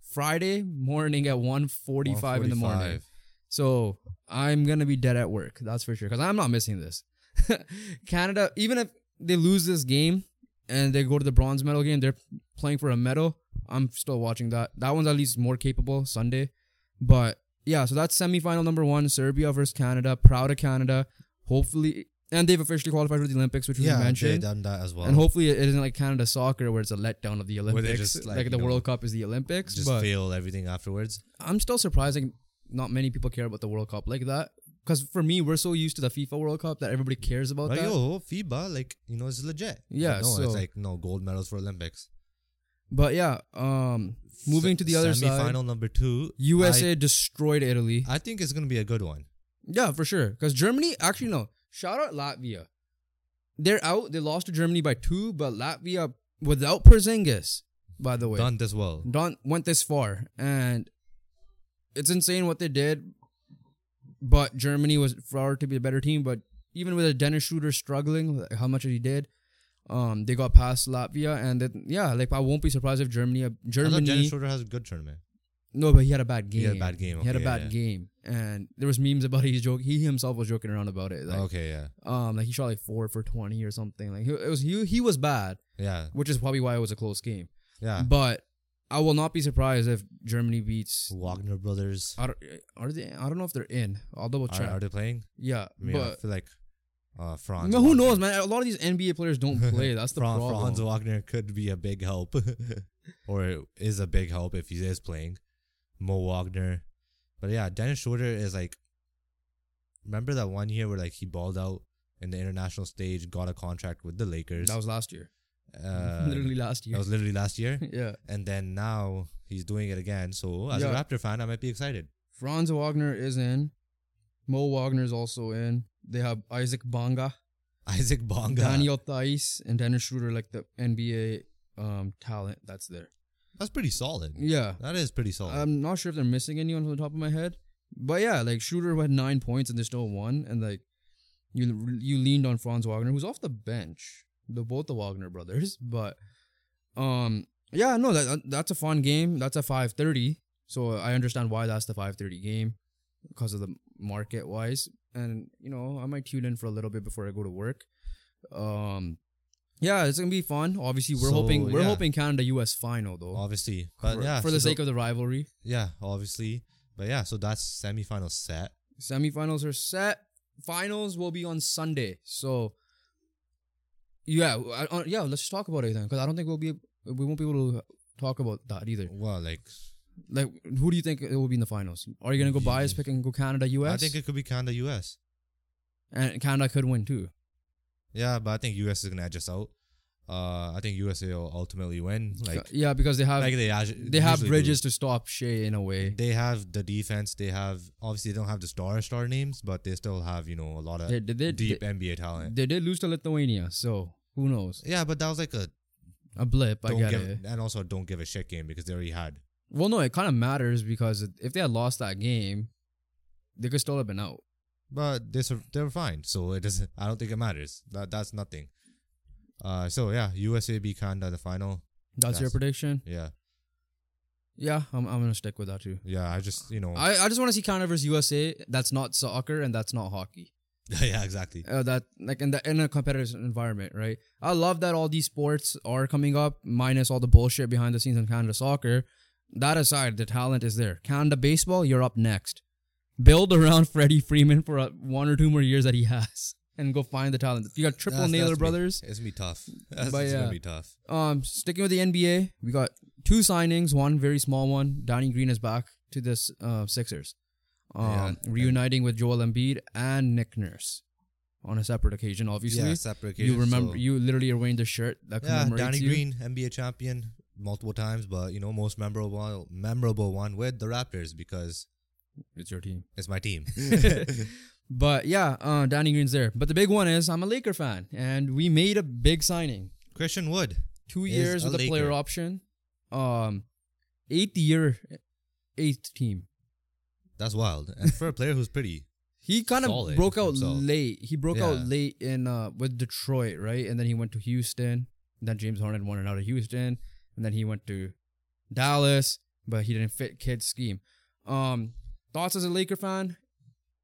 S1: Friday morning at 1.45 in the morning.
S2: 145.
S1: So I'm gonna be dead at work. That's for sure because I'm not missing this. Canada, even if they lose this game and they go to the bronze medal game, they're playing for a medal. I'm still watching that. That one's at least more capable Sunday, but yeah. So that's semifinal number one: Serbia versus Canada. Proud of Canada. Hopefully, and they've officially qualified for the Olympics, which we
S2: Yeah, they
S1: mentioned.
S2: done that as well.
S1: And hopefully it isn't like Canada soccer where it's a letdown of the
S2: Where they
S1: Olympics.
S2: just,
S1: like
S2: like, you
S1: the
S2: know,
S1: World Cup is the Olympics.
S2: just
S1: But
S2: fail everything afterwards.
S1: I'm still surprised like not many people care about the World Cup like that. Because for me, we're so used to the FIFA World Cup that everybody cares about
S2: Like
S1: that.
S2: yo, FIBA, like you know, it's legit.
S1: Yeah,
S2: But no,
S1: so-
S2: it's like no gold medals for Olympics.
S1: But yeah, um moving to the other side.
S2: final number two,
S1: USA destroyed Italy.
S2: I, I think it's gonna be a good one.
S1: yeah, for sure. Because Germany, actually no. Shout out Latvia. They're out. They lost to Germany by two, but Latvia without Porzingis, by the way.
S2: Done this well.
S1: Don went this far, and it's insane what they did. But Germany was far to be a better team. But even with a Dennis Schroeder struggling, like how much he did, um, they got past Latvia, and that yeah, like I won't be surprised if Germany, uh,
S2: I thought Dennis
S1: Germany,
S2: Schroeder has a good tournament.
S1: no, but he had a bad game.
S2: He had a bad game.
S1: He had a
S2: okay,
S1: bad
S2: yeah,
S1: game, and there was memes about it. He's joking. He himself was joking around about it.
S2: yeah.
S1: Like,
S2: okay, yeah,
S1: um, like he shot like four for twenty or something. Like he, it was he, he was bad,
S2: yeah,
S1: which is probably why it was a close game.
S2: yeah.
S1: But I will not be surprised if Germany beats.
S2: Wagner brothers
S1: I don't, are they? I don't know if they're in. I'll double
S2: are,
S1: check.
S2: are they playing?
S1: yeah,
S2: I mean, I
S1: but
S2: feel like uh,
S1: I
S2: Franz.
S1: mean, who
S2: Wagner-
S1: knows, man? A lot of these NBA players don't play. That's the
S2: Franz,
S1: problem.
S2: Franz Wagner could be a big help, or is a big help if he is playing. Mo Wagner, but yeah, Dennis Schroeder is like. Remember that one year where like he balled out in the international stage, got a contract with the Lakers.
S1: that was last year.
S2: uh,
S1: Literally last
S2: that
S1: year.
S2: was literally last year,
S1: yeah,
S2: and then now he's doing it again. So as
S1: Yeah.
S2: a Raptor fan, I might be excited.
S1: Franz Wagner is in. Mo Wagner is also in. They have Isaac Bonga,
S2: Isaac Bonga,
S1: Daniel Thais, and Dennis Schroeder, like the NBA um, talent that's there.
S2: that's pretty solid.
S1: Yeah, Um,
S2: That is pretty solid.
S1: I'm not sure if they're missing anyone from the top of my head, but yeah, like Shooter had nine points and they still won, and like you you leaned on Franz Wagner, who's off the bench, the both the Wagner brothers, but um yeah, no, that that's a fun game. That's a five thirty, so I understand why that's the five thirty game because of the market wise, and you know I might tune in for a little bit before I go to work. Um, Yeah, it's gonna be fun. Obviously, we're
S2: So,
S1: hoping we're
S2: yeah.
S1: hoping Canada US final though.
S2: obviously. But
S1: for,
S2: yeah,
S1: for
S2: so
S1: the
S2: tho-
S1: sake of the rivalry,
S2: yeah, obviously. But yeah, so that's semifinal set.
S1: semifinals are set. Finals will be on Sunday. So yeah, I, uh, yeah. Let's just talk about it then, because I don't think we'll be we won't be able to talk about that either.
S2: Well, like
S1: Like, who do you think it will be in the finals? Are you gonna go biased pick and go Canada US?
S2: I think it could be Canada US.
S1: and Canada could win too.
S2: Yeah, but I think US is gonna edge us out. Uh, I think USA will ultimately win. Like,
S1: yeah, because they have
S2: like they as-
S1: they have
S2: usually do.
S1: bridges to stop Shea in a way.
S2: They have the defense. They have obviously they don't have the star star names, but they still have you know a lot of
S1: They, they, they,
S2: uh, deep
S1: they,
S2: NBA talent.
S1: they did lose to Lithuania, so who knows?
S2: yeah, but that was like a
S1: A blip, I
S2: don't
S1: get
S2: give
S1: it.
S2: and also don't give a shit game because they already had.
S1: Well, no, it kind of matters because if they had lost that game, they could still have been out.
S2: But they sur- they were fine, so it doesn't. I don't think it matters. That that's nothing. Uh, so yeah, USA beat Canada in the final.
S1: That's your
S2: Yes.
S1: prediction.
S2: Yeah,
S1: Yeah, I'm, I'm gonna stick with that too.
S2: yeah. I just you know.
S1: I, I just want to see Canada versus USA. That's not soccer and that's not hockey.
S2: yeah, exactly.
S1: uh, that like in the in a competitive environment, right? I love that all these sports are coming up, minus all the bullshit behind the scenes in Canada soccer. That aside, the talent is there. Canada baseball, you're up next. Build around Freddie Freeman for uh one or two more years that he has, and go find the talent. You got Triple
S2: That's-
S1: Naylor
S2: that's
S1: Brothers.
S2: Be, it's gonna be tough. That's
S1: But
S2: it's
S1: yeah.
S2: gonna be tough.
S1: Um, sticking with the NBA, we got two signings. One very small one. Danny Green is back to this uh, Sixers, um,
S2: Yeah.
S1: reuniting with Joel Embiid and Nick Nurse on a separate occasion. Obviously,
S2: yeah, separate
S1: you
S2: occasion,
S1: remember
S2: so-
S1: you literally are wearing the shirt that
S2: Yeah,
S1: commemorates
S2: Danny
S1: you.
S2: Green, NBA champion multiple times, but you know most memorable memorable one with the Raptors because
S1: It's your team.
S2: it's my team.
S1: But yeah, uh, Danny Green's there. But the big one is I'm a Laker fan, and we made a big signing.
S2: Christian Wood,
S1: Two
S2: Is
S1: years
S2: a
S1: with a player
S2: Laker.
S1: option. Um, eighth year, eighth team.
S2: that's wild, and for a player who's pretty,
S1: He kind of
S2: Solid
S1: broke out
S2: himself.
S1: late. He broke out
S2: Yeah.
S1: late in uh with Detroit, right? And then he went to Houston. Then James Harden wanted out of Houston, and then he went to Dallas, but he didn't fit kid's scheme. Um, thoughts as a Laker fan?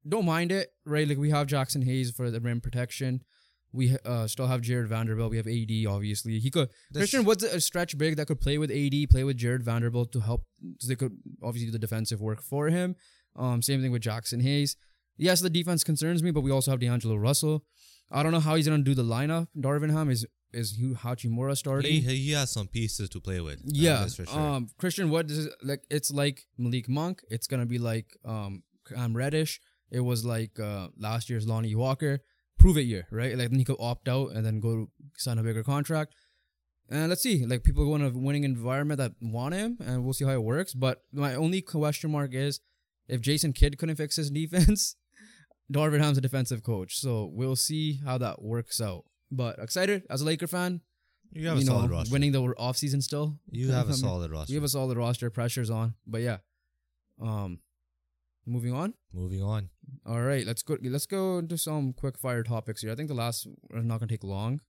S1: Don't mind it, right? Like we have Jackson Hayes for the rim protection. We uh, still have Jared Vanderbilt. We have AD, obviously. He could
S2: That's-
S1: Christian Wood's a stretch big that could play with AD, play with Jared Vanderbilt to help. So they could obviously do the defensive work for him. Um, same thing with Jackson Hayes. Yes, the defense concerns me, but we also have D'Angelo Russell. I don't know how he's gonna do the lineup. Darvinham is is Hugh Hachimura starting?
S2: he, he has some pieces to play with. uh,
S1: Yeah.
S2: that's for sure.
S1: Um, Christian Wood is like it's like Malik Monk. It's gonna be like um Cam Reddish. It was like uh last year's Lonnie Walker. Prove it year, right? Like then he could opt out and then go sign a bigger contract. And let's see, like people go in a winning environment that want him, and we'll see how it works. But my only question mark is if Jason Kidd couldn't fix his defense, Darvin Ham's a defensive coach. So we'll see how that works out. But excited as a Laker fan,
S2: you have a solid roster.
S1: winning the offseason still.
S2: you have a
S1: Um,
S2: solid roster.
S1: We have a solid roster. Pressure's on, but yeah. Um, moving on.
S2: Moving on.
S1: All right, let's go. Let's go into some quick fire topics here. I think the last are not gonna take long.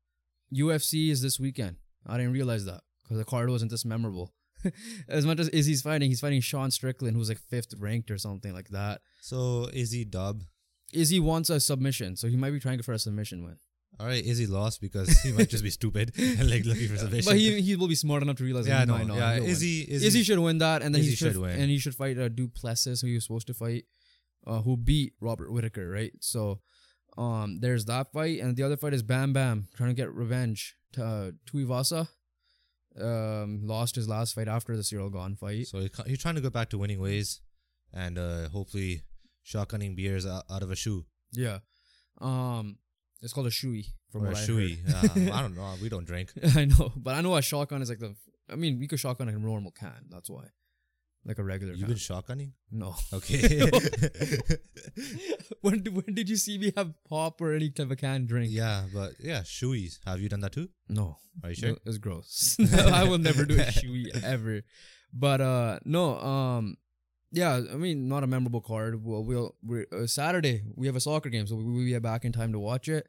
S1: UFC is this weekend. I didn't realize that because the card wasn't this memorable. as much as Izzy's fighting, he's fighting Sean Strickland, who's like fifth ranked or something like that.
S2: So Izzy Dub.
S1: Izzy wants a submission, so he might be trying for a submission win.
S2: All right, Izzy lost because he might just be stupid and like looking for submission.
S1: But he he will be smart enough to realize. that
S2: yeah,
S1: he
S2: no,
S1: might not.
S2: yeah.
S1: He'll win.
S2: Izzy, Izzy,
S1: Izzy, should win that, and then he
S2: Izzy
S1: should,
S2: should win.
S1: and he should fight uh, Duplessis, who he was supposed to fight, uh, who beat Robert Whitaker, right? So, um, there's that fight, and the other fight is Bam Bam trying to get revenge. To, uh, Tuivasa, um, lost his last fight after the Cyril Gone fight.
S2: So he ca- he's trying to go back to winning ways, and uh, hopefully, shotgunning beers out, out of a shoe
S1: Yeah, um, it's called a shui from
S2: or Oh, a
S1: what I
S2: shoey. Uh, I don't know. We don't drink.
S1: heard. I know, but I know a shotgun is like the. I mean, we could shotgun a normal can. That's why, like a regular
S2: You've
S1: can.
S2: been shotgunning.
S1: no.
S2: Okay.
S1: when, when did you see me have pop or any type of canned drink?
S2: yeah, but yeah, shoeys. Have you done that too?
S1: No.
S2: Are you sure?
S1: No, It's gross. No, I will never do a shui ever. But uh no, um yeah, I mean not a memorable card. Well, we'll we're uh, Saturday we have a soccer game, so we will be back in time to watch it.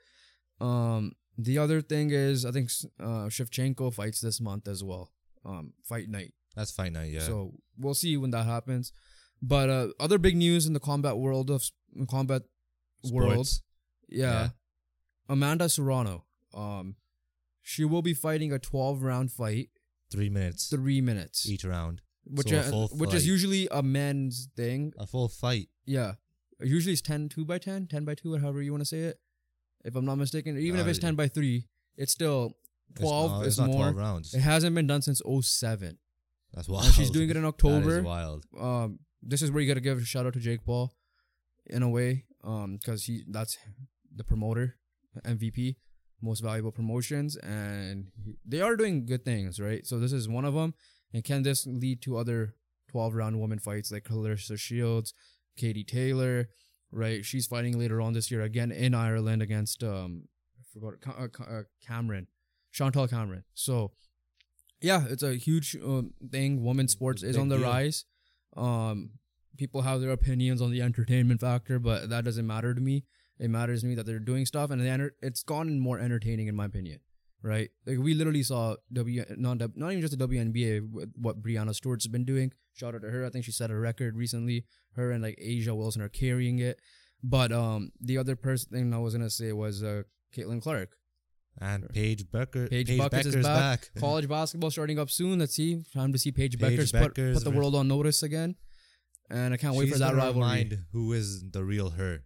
S1: Um the other thing is I think uh Shevchenko fights this month as well. Um fight night.
S2: That's fine now. Yeah.
S1: So we'll see when that happens. But uh, other big news in the combat world of s- combat world,
S2: Sports.
S1: yeah.
S2: Yeah.
S1: Amanda Serrano, um, She will be fighting a 12 round fight,
S2: Three minutes
S1: three minutes,
S2: each round.
S1: which
S2: E, so a
S1: uh,
S2: full
S1: which
S2: fight.
S1: is usually a men's thing.
S2: A full fight.
S1: Yeah, usually it's 10 two by 10, 10 by two, or however you want to say it. If I'm not mistaken, even if
S2: Uh,
S1: it's 10 by three, it's still
S2: It's
S1: 12
S2: not-
S1: is
S2: it's not
S1: more.
S2: 12 rounds.
S1: It hasn't been done since 07.
S2: That's wild.
S1: And she's doing it in
S2: That
S1: October.
S2: is wild.
S1: um, this is where you got to give a shout out to Jake Paul, in a way, um, because he that's the promoter, MVP, most valuable promotions, and he, they are doing good things, right? So this is one of them, and can this lead to other twelve round women fights like Clarissa Shields, Katie Taylor, right? She's fighting later on this year again in Ireland against um, I forgot Ca- uh, Ca- uh, Cameron, Chantal Cameron. So. Yeah, it's a huge um, thing. Women's sports is
S2: Big
S1: on the
S2: deal.
S1: rise um people have their opinions on the entertainment factor but that doesn't matter to me it matters to me that they're doing stuff and the enter- it's gotten more entertaining in my opinion right like we literally saw w not, W- not even just the WNBA with what Brianna Stewart's been doing shout out to her I think she set a record recently her and like Asia Wilson are carrying it but um the other person thing I was gonna say was uh Caitlin Clark
S2: Mm-hmm. And Paige Becker.
S1: Paige,
S2: Paige,
S1: Buckets
S2: Becker's
S1: is back.
S2: back.
S1: College basketball starting up soon. Let's see. Time to see Paige,
S2: Paige
S1: Beckers, put,
S2: Beckers
S1: put the
S2: ver-
S1: world on notice again. And I can't wait
S2: She's
S1: for that
S2: gonna
S1: rivalry.
S2: remind who is the real her,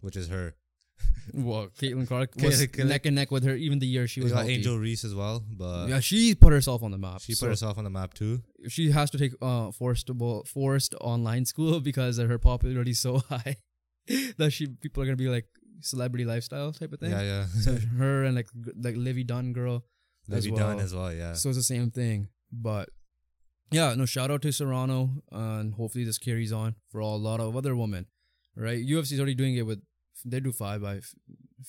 S2: which is her.
S1: Well, Caitlin Clark was
S2: Caitlin-
S1: neck and neck with her even the year she
S2: She
S1: was
S2: was
S1: healthy.
S2: Angel Reese as well, but
S1: yeah, she put herself on the map.
S2: she put
S1: so
S2: herself on the map too.
S1: She has to take uh, forcible, forced online school because her popularity is so high that she people are gonna be like celebrity lifestyle type of thing.
S2: Yeah, yeah.
S1: So her and like g- like Livy Dunn girl, as
S2: Libby
S1: well.
S2: Dunn as well, yeah.
S1: So it's the same thing. But yeah, no, shout out to Serrano. uh, and hopefully this carries on for a lot of other women, right? UFC's already doing it with, they do five by f-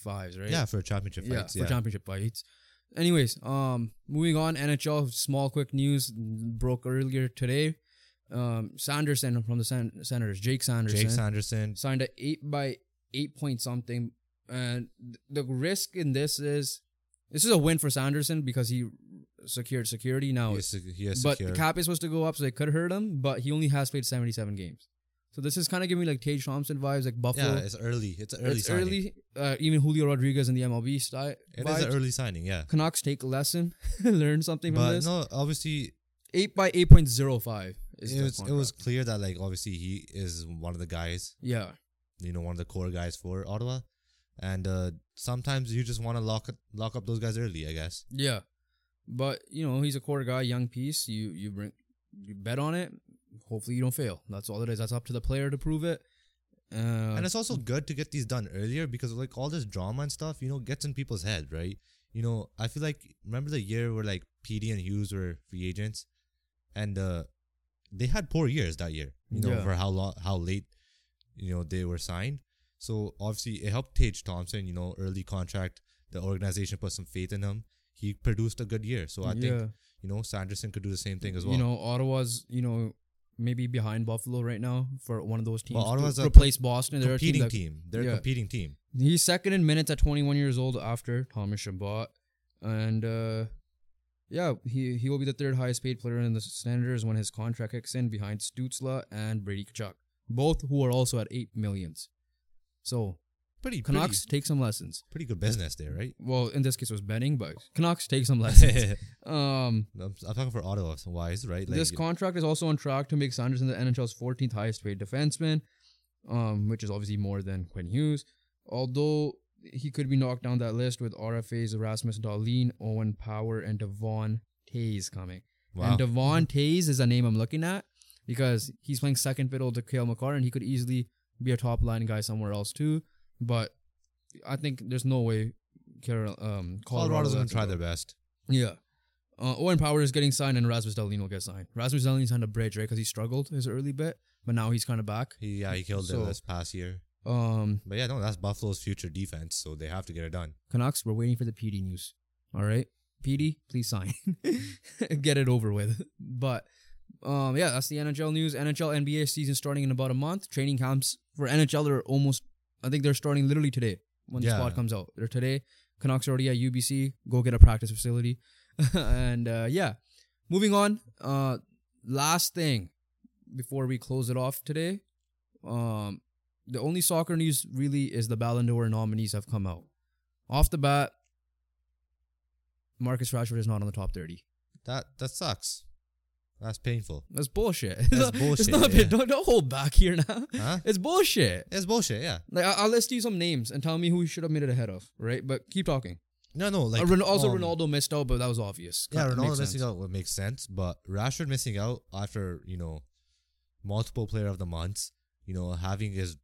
S1: fives, right?
S2: Yeah, for championship
S1: Yeah,
S2: fights.
S1: for
S2: Yeah,
S1: championship fights. Anyways, um, moving on, NHL, small quick news broke earlier today. Um, Sanderson from the Sen- Senators, Jake Sanderson,
S2: Jake Sanderson.
S1: signed a eight by eight point something. And th- the risk in this is this is a win for Sanderson because he secured security now.
S2: He is, sec- he is
S1: but
S2: secure.
S1: the cap is supposed to go up, so it could hurt him. But he only has played seventy seven games, so this is kind of giving me like Tage Thompson vibes, like Buffalo.
S2: yeah, it's early. It's an early
S1: It's
S2: signing.
S1: Uh, even Julio Rodriguez in the MLB style.
S2: It
S1: vibes.
S2: is an early signing, yeah.
S1: Canucks take a lesson, learn something from
S2: But
S1: this.
S2: no, obviously
S1: Eight by eight point zero five is
S2: it
S1: the
S2: was it
S1: contract.
S2: was clear that like obviously he is one of the guys,
S1: yeah
S2: you know, one of the core guys for Ottawa, and uh sometimes you just want to lock lock up those guys early, I guess.
S1: yeah, but you know he's a core guy, young piece. You you bring you bet on it. Hopefully you don't fail. That's all it is. That's up to the player to prove it. Uh,
S2: and it's also good to get these done earlier because like all this drama and stuff, you know, gets in people's head, right? You know, I feel like remember the year where like PD and Hughes were free agents, and uh they had poor years that year. You know,
S1: Yeah.
S2: for how long, how late, you know, they were signed. So obviously, it helped Tage Thompson. You know, early contract. The organization put some faith in him. He produced a good year. So I
S1: yeah.
S2: think you know Sanderson could do the same thing as well.
S1: You know, Ottawa's, you know, maybe behind Buffalo right now for one of those teams. to
S2: Ottawa's a
S1: replace Boston. They're a team
S2: competing
S1: that-
S2: team. They're
S1: yeah.
S2: a competing team.
S1: He's second in minutes at 21 years old after Thomas Shabbat. And uh, yeah, he, he will be the third highest paid player in the Senators when his contract kicks in behind Stutzla and Brady Kachuk, both who are also at 8 millions. So,
S2: Pretty
S1: Canucks take some lessons.
S2: pretty, pretty good business there, right?
S1: Well, in this case, it was betting, but Canucks take some lessons. um,
S2: I'm, I'm talking for Ottawa wise, right? Like,
S1: this contract is also on track to make Sanderson the NHL's 14th highest paid defenseman, um, which is obviously more than Quinn Hughes. Although he could be knocked down that list with RFA's Erasmus Darlene, Owen Power, and Devon Tays coming.
S2: wow.
S1: And Devon Tays is a name I'm looking at because he's playing second fiddle to Kale McCarr and he could easily be a top line guy somewhere else too. But I think there's no way Carol, um,
S2: Colorado's
S1: Colorado's
S2: gonna try their best.
S1: yeah. Uh, Owen Power is getting signed and Rasmus Dahlin will get signed. Rasmus Dahlin signed a bridge, right? Because he struggled his early bit, but now he's kind of back.
S2: He, yeah, he killed
S1: So-
S2: it this past year.
S1: Um,
S2: But yeah, no, that's Buffalo's future defense, so they have to get it done.
S1: Canucks, we're waiting for the PD news. All right, PD, please sign. get it over with. But um, yeah, that's the NHL news. NHL NBA season starting in about a month. Training camps for NHL are almost. I think they're starting literally today when the
S2: Yeah.
S1: squad comes out. They're today. Canucks are already at UBC. Go get a practice facility. and uh, yeah, moving on. Uh, last thing before we close it off today. Um, the only soccer news really is the Ballon d'Or nominees have come out. Off the bat, Marcus Rashford is not on the top 30.
S2: That that sucks. That's painful.
S1: That's bullshit.
S2: That's
S1: It's
S2: bullshit,
S1: not,
S2: yeah.
S1: don't, don't hold back here now.
S2: Huh?
S1: It's bullshit.
S2: It's bullshit. Yeah.
S1: Like I- I'll list you some names and tell me who you should have made it ahead of, right? But keep talking.
S2: No, no. Like
S1: Uh, Ron- also,
S2: um,
S1: Ronaldo missed out, but that was obvious.
S2: Yeah,
S1: Kinda
S2: Ronaldo
S1: makes
S2: missing
S1: sense.
S2: out would make sense, but Rashford missing out after you know multiple player of the months, you know, having his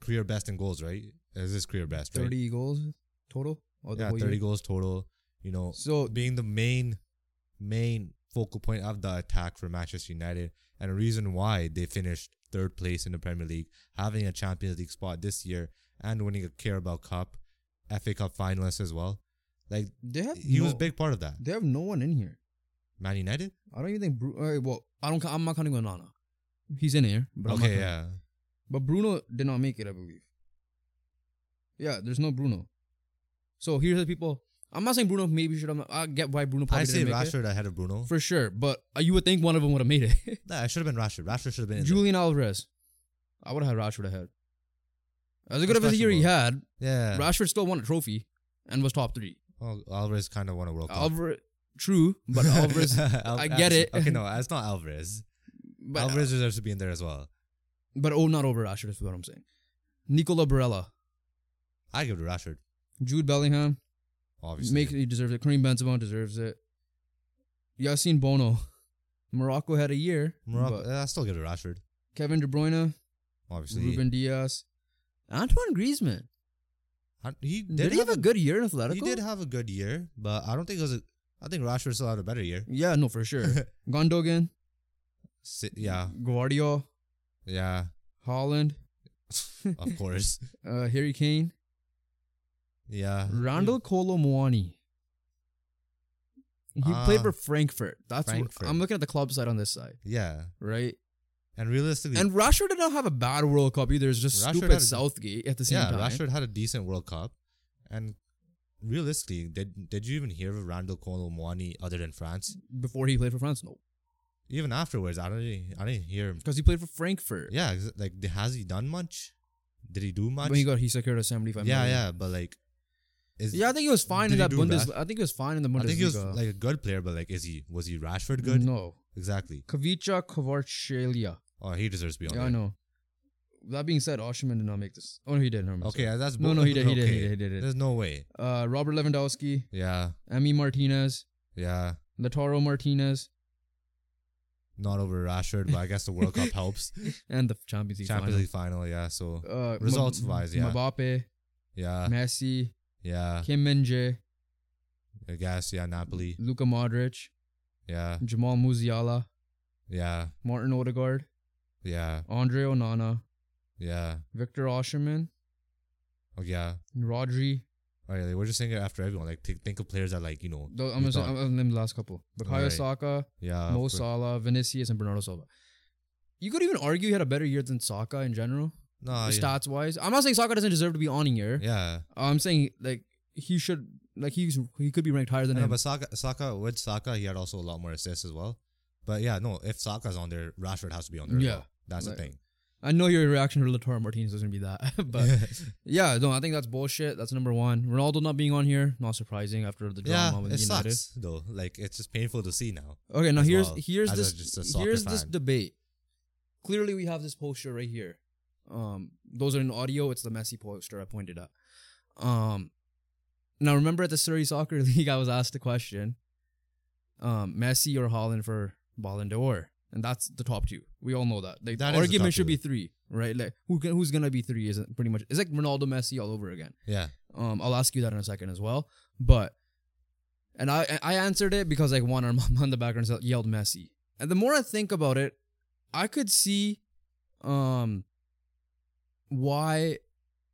S2: career best in goals, right? Is his career best, right?
S1: Thirty goals total. Or the
S2: yeah,
S1: whole
S2: thirty
S1: year?
S2: goals total. You know,
S1: So
S2: being the main main focal point of the attack for Manchester United and a reason why they finished third place in the Premier League, having a Champions League spot this year and winning a Carabao Cup, FA Cup finalist as well. Like
S1: they have
S2: he
S1: no,
S2: was a big part of that.
S1: They have no one in here.
S2: Man United?
S1: I don't even think. Bru- all right, well, I don't. ca- I'm not counting Onana. He's in here. But I'm not
S2: okay,
S1: counting-
S2: yeah.
S1: But Bruno did not make it, I believe. Yeah, there's no Bruno. So here's the people. I'm not saying Bruno maybe should have. I get why Bruno probably
S2: I say
S1: didn't make
S2: Rashford ahead of Bruno.
S1: it for sure. But uh, you would think one of them would have made it.
S2: nah, I should have been Rashford. Rashford should have been in
S1: Julian Alvarez. I would have had Rashford ahead. As good of
S2: That's
S1: a year he had,
S2: questionable. there. Yeah.
S1: Rashford still won a trophy and was top three.
S2: Well, Alvarez kind of won a World Cup.
S1: Alvarez, true, but Alvarez,
S2: Al-
S1: I get it.
S2: Okay, no, it's not Alvarez.
S1: but, uh,
S2: Alvarez deserves to be in there as well.
S1: but oh, not over Rashford is what I'm saying. Nicola Barella,
S2: I give it to Rashford,
S1: Jude Bellingham,
S2: obviously.
S1: make he deserves it. Karim Benzema deserves it. Yassine Bono, Morocco had a year.
S2: Morocco,
S1: but
S2: I still give it to Rashford,
S1: Kevin De Bruyne,
S2: obviously.
S1: Ruben Diaz, Antoine Griezmann.
S2: And He did,
S1: Did, he have a
S2: a-
S1: good year in
S2: He
S1: Atletico?
S2: did have a good year, but I don't think it was. A, I think Rashford still had a better year.
S1: yeah, no, for sure. Gondogan,
S2: Si- yeah,
S1: Guardiola,
S2: yeah,
S1: Holland,
S2: of course.
S1: uh, Harry Kane,
S2: Yeah,
S1: Randall Colomwani. He played
S2: Ah.
S1: for Frankfurt. That's
S2: Frankfurt.
S1: What, I'm looking at the club side on this side,
S2: Yeah,
S1: right?
S2: and realistically,
S1: And Rashford did not have a bad World Cup either. It's just
S2: Rashford had
S1: stupid
S2: a-
S1: Southgate at the same
S2: yeah,
S1: time.
S2: Rashford had a decent World Cup, and realistically, did did you even hear of Randall Colomwani other than France?
S1: Before he played for France, no,
S2: Even afterwards, I don't really- I didn't hear him.
S1: because he played for Frankfurt.
S2: Yeah, ex- like has he done much? Did he do much?
S1: when he got he secured a 75
S2: yeah,
S1: million.
S2: yeah, but like, is
S1: yeah. I think he was fine
S2: Did
S1: in
S2: he
S1: that
S2: do
S1: Bundes.
S2: bad?
S1: I think he was fine in the Bundesliga.
S2: I think he was like a good player, but like, is he was he Rashford good?
S1: No,
S2: Exactly.
S1: Kavica Kvaratskhelia.
S2: Oh, he deserves to be on.
S1: Yeah, I
S2: there.
S1: know. That being said, Osimhen did not make this. Oh no, he did. Never mind.
S2: Okay, that's
S1: No,
S2: both-
S1: no, he did, he did, he
S2: okay.
S1: did, he did, he did.
S2: There's no way.
S1: Uh, Robert Lewandowski,
S2: Yeah,
S1: Emi Martinez,
S2: yeah,
S1: Lautaro Martinez,
S2: not over Rashford, but I guess the World Cup helps.
S1: and the Champions League.
S2: Champions
S1: final.
S2: League final, yeah. So
S1: Uh,
S2: Results-wise, yeah.
S1: Mbappe,
S2: yeah,
S1: Messi,
S2: yeah,
S1: Kim Min-jae,
S2: I guess yeah, Napoli,
S1: Luka Modric,
S2: yeah,
S1: Jamal Musiala,
S2: yeah,
S1: Martin Odegaard,
S2: yeah,
S1: Andre Onana,
S2: yeah,
S1: Victor Osherman,
S2: oh yeah.
S1: Rodri.
S2: All right, like, we're just saying it after everyone. Like think, think of players that like you know.
S1: Tho- I'm
S2: you
S1: gonna say,
S2: thought-
S1: I'm gonna name the last couple: Bukayo
S2: Alright.
S1: Saka,
S2: yeah,
S1: Mo
S2: of course.
S1: Salah, Vinicius, and Bernardo Silva. You could even argue he had a better year than Saka in general,
S2: no, Ah, yeah.
S1: stats wise. I'm not saying Saka doesn't deserve to be on here.
S2: Yeah,
S1: I'm saying like he should, like he's he could be ranked higher than
S2: I know,
S1: him.
S2: but Saka, Saka with Saka, he had also a lot more assists as well. But yeah, no, if Saka's on there, Rashford has to be on there. as
S1: Yeah.
S2: well. that's
S1: Like-
S2: the thing.
S1: I know your reaction to Lautaro Martinez is gonna be that, but yeah, no, I think that's bullshit. That's number one. Ronaldo not being on here, not surprising after the drama
S2: yeah,
S1: with
S2: it
S1: United.
S2: sucks though. Like it's just painful to see now.
S1: Okay, now
S2: as
S1: here's
S2: well,
S1: here's
S2: as a-
S1: this
S2: just a soccer
S1: here's this
S2: fan.
S1: debate. Clearly, we have this poster right here. Um, those are in audio. It's the messy poster I pointed at. Um, now remember at the Surrey Soccer League, I was asked the question: um, Messi or Holland for Ballon d'Or, and that's the top two. We all know that. Like,
S2: That
S1: the
S2: is the top
S1: argument should be
S2: two.
S1: three, right? Like who can, who's gonna be three? Isn't pretty much it's like Ronaldo, Messi all over again.
S2: Yeah,
S1: Um, I'll ask you that in a second as well. But and I I answered it because like one arm on the background yelled Messi. And the more I think about it, I could see um why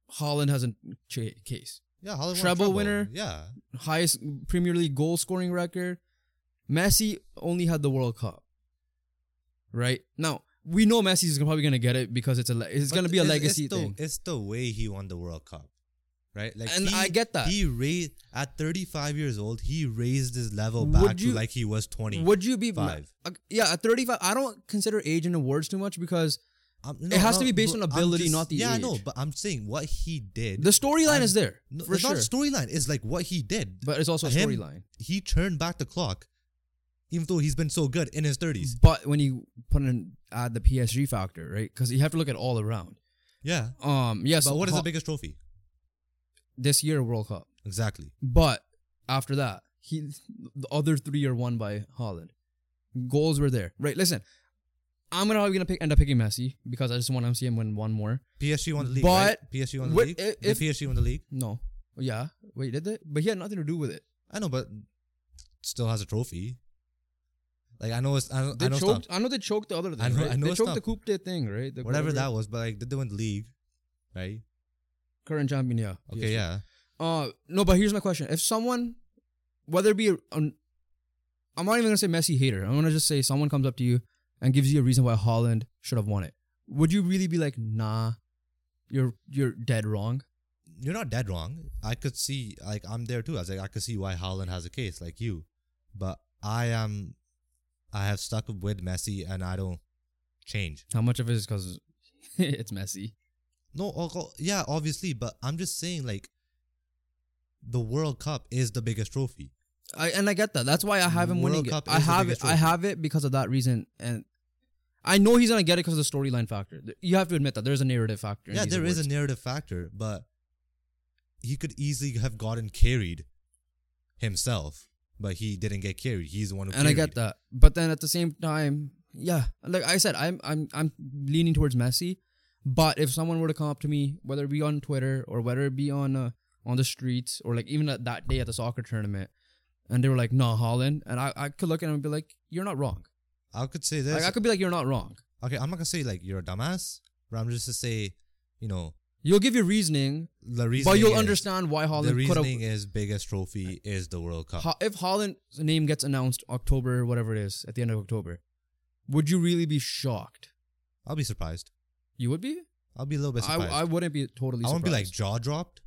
S1: Holland has a cha- case.
S2: yeah, Holland won
S1: Treble winner.
S2: Yeah,
S1: Highest Premier League goal scoring record. Messi only had the World Cup. Right? Now, we know Messi's probably going to get it because it's a le- it's
S2: But
S1: going to be a
S2: it's-
S1: legacy
S2: it's
S1: thing.
S2: The, it's the way he won the World Cup, right? Like,
S1: And
S2: he-
S1: I get that.
S2: he raised at 35 years old. He raised his level
S1: Would
S2: back
S1: you-
S2: to like he was 20.
S1: Would you be
S2: Five.
S1: Uh, yeah, at 35, I don't consider age and awards too much because
S2: I'm,
S1: It has to be based
S2: bro,
S1: on
S2: I'm
S1: ability,
S2: just-
S1: not the
S2: Yeah, I
S1: age.
S2: know, but I'm saying what he did.
S1: The storyline
S2: I'm-
S1: is there
S2: no,
S1: for
S2: it's
S1: sure,
S2: not storyline. It's like what he did.
S1: but it's also a
S2: him-
S1: storyline.
S2: he turned back the clock, even though he's been so good in his thirties.
S1: But when you put in add the PSG factor, right? Because you have to look at all around.
S2: Yeah,
S1: Um, yes.
S2: but what is
S1: Ho-
S2: the biggest trophy?
S1: this year World Cup?
S2: Exactly.
S1: But after that, he the other three are won by Holland. Goals were there, right? Listen, I'm gonna probably gonna pick, end up picking Messi because I just want to see him win one more.
S2: PSG won the league.
S1: But-
S2: right? PSG won the
S1: what
S2: league.
S1: i-
S2: Did
S1: if-
S2: PSG won the league.
S1: No, yeah, wait, did they? But he had nothing to do with it.
S2: I know, but still has a trophy. Like I know it's I, don't-
S1: They
S2: I know it's
S1: choked.
S2: not-
S1: I know they choked the other thing.
S2: I know-
S1: right?
S2: I know
S1: they
S2: it's
S1: choked
S2: not-
S1: the coupe de thing, right? The-
S2: whatever that was, but like did they win the league? Right?
S1: current champion. Yeah.
S2: Okay,
S1: PSG.
S2: yeah.
S1: Uh, no, but here's my question: If someone, whether it be, a, an, I'm not even gonna say Messi hater. I'm gonna just say someone comes up to you and gives you a reason why Holland should have won it. Would you really be like, nah, you're you're dead wrong?
S2: You're not dead wrong. I could see like I'm there too. I was like I could see why Holland has a case like you, but I am, I have stuck with Messi and I don't change.
S1: How much of it is because it's Messi?
S2: No, o- o- yeah, obviously, but I'm just saying like, the World Cup is the biggest trophy.
S1: I and I get that. That's why I have him
S2: World
S1: winning
S2: Cup
S1: it. I
S2: is the
S1: have it.
S2: biggest
S1: I
S2: trophy.
S1: have it because of that reason and. I know he's gonna get it because of the storyline factor. Th- You have to admit that there's a narrative factor. in
S2: yeah,
S1: these
S2: there is
S1: awards.
S2: a narrative factor, but he could easily have gotten carried himself, but he didn't get carried. He's the one who
S1: and I get that. But then at the same time, yeah, like I said, I'm I'm I'm leaning towards Messi. But if someone were to come up to me, whether it be on Twitter or whether it be on uh, on the streets or like even at that day at the soccer tournament, and they were like, "No, Holland," and I, I could look at him and be like, "You're not wrong."
S2: I could say this.
S1: Like I could be like, "You're not wrong."
S2: okay, I'm not gonna say like you're a dumbass, but I'm just to say, you know,
S1: You'll give your reasoning,
S2: the reason.
S1: but you'll understand why
S2: The
S1: Holland could
S2: reasoning
S1: have.
S2: is biggest trophy is the World Cup.
S1: Ho- if Holland's name gets announced October, whatever it is, at the end of October, would you really be shocked?
S2: I'll be surprised.
S1: You would be.
S2: I'll be a little bit
S1: I,
S2: surprised. I,
S1: I wouldn't be totally.
S2: won't be like
S1: surprised.
S2: jaw dropped,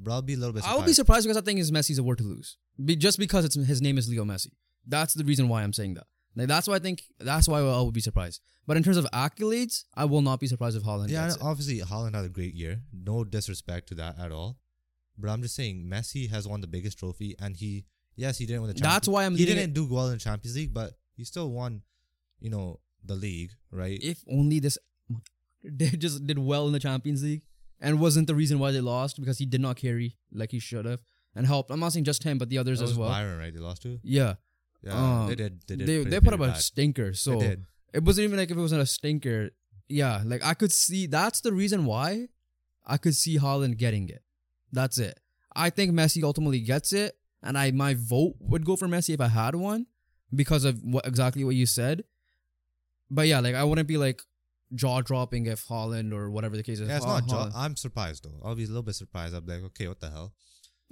S2: but I'll be a little
S1: I
S2: bit. Surprised.
S1: would be surprised because I think his Messi's a word to lose. Be, just because it's his name is Leo Messi. That's the reason why I'm saying that. Like that's why I think that's why I would be surprised. But in terms of accolades, I will not be surprised if Holland
S2: Yeah,
S1: gets
S2: and
S1: it.
S2: obviously Holland had a great year. No disrespect to that at all. But I'm just saying Messi has won the biggest trophy and he yes, he didn't win the Champions
S1: That's why I'm
S2: He
S1: leaning
S2: didn't do well in Champions League, but he still won, you know, the league, right?
S1: If only this they just did well in the Champions League and wasn't the reason why they lost because he did not carry like he should have and helped. I'm not saying just him, but the
S2: That
S1: others
S2: was
S1: as well.
S2: Byron, right? They lost to?
S1: Yeah,
S2: Yeah.
S1: Um,
S2: they did. They
S1: they
S2: did.
S1: they,
S2: pretty-
S1: put up
S2: pretty
S1: a
S2: bad.
S1: stinker. So
S2: they did.
S1: It wasn't even like if it wasn't a stinker. Yeah, like I could see that's the reason why I could see Holland getting it. That's it. I think Messi ultimately gets it, and I my vote would go for Messi if I had one because of what exactly what you said. But yeah, like I wouldn't be like jaw dropping if Holland or whatever the case is.
S2: Yeah, it's
S1: Oh,
S2: not jaw.
S1: Haaland.
S2: I'm surprised though. I'll be a little bit surprised. I'm like, okay, what the hell?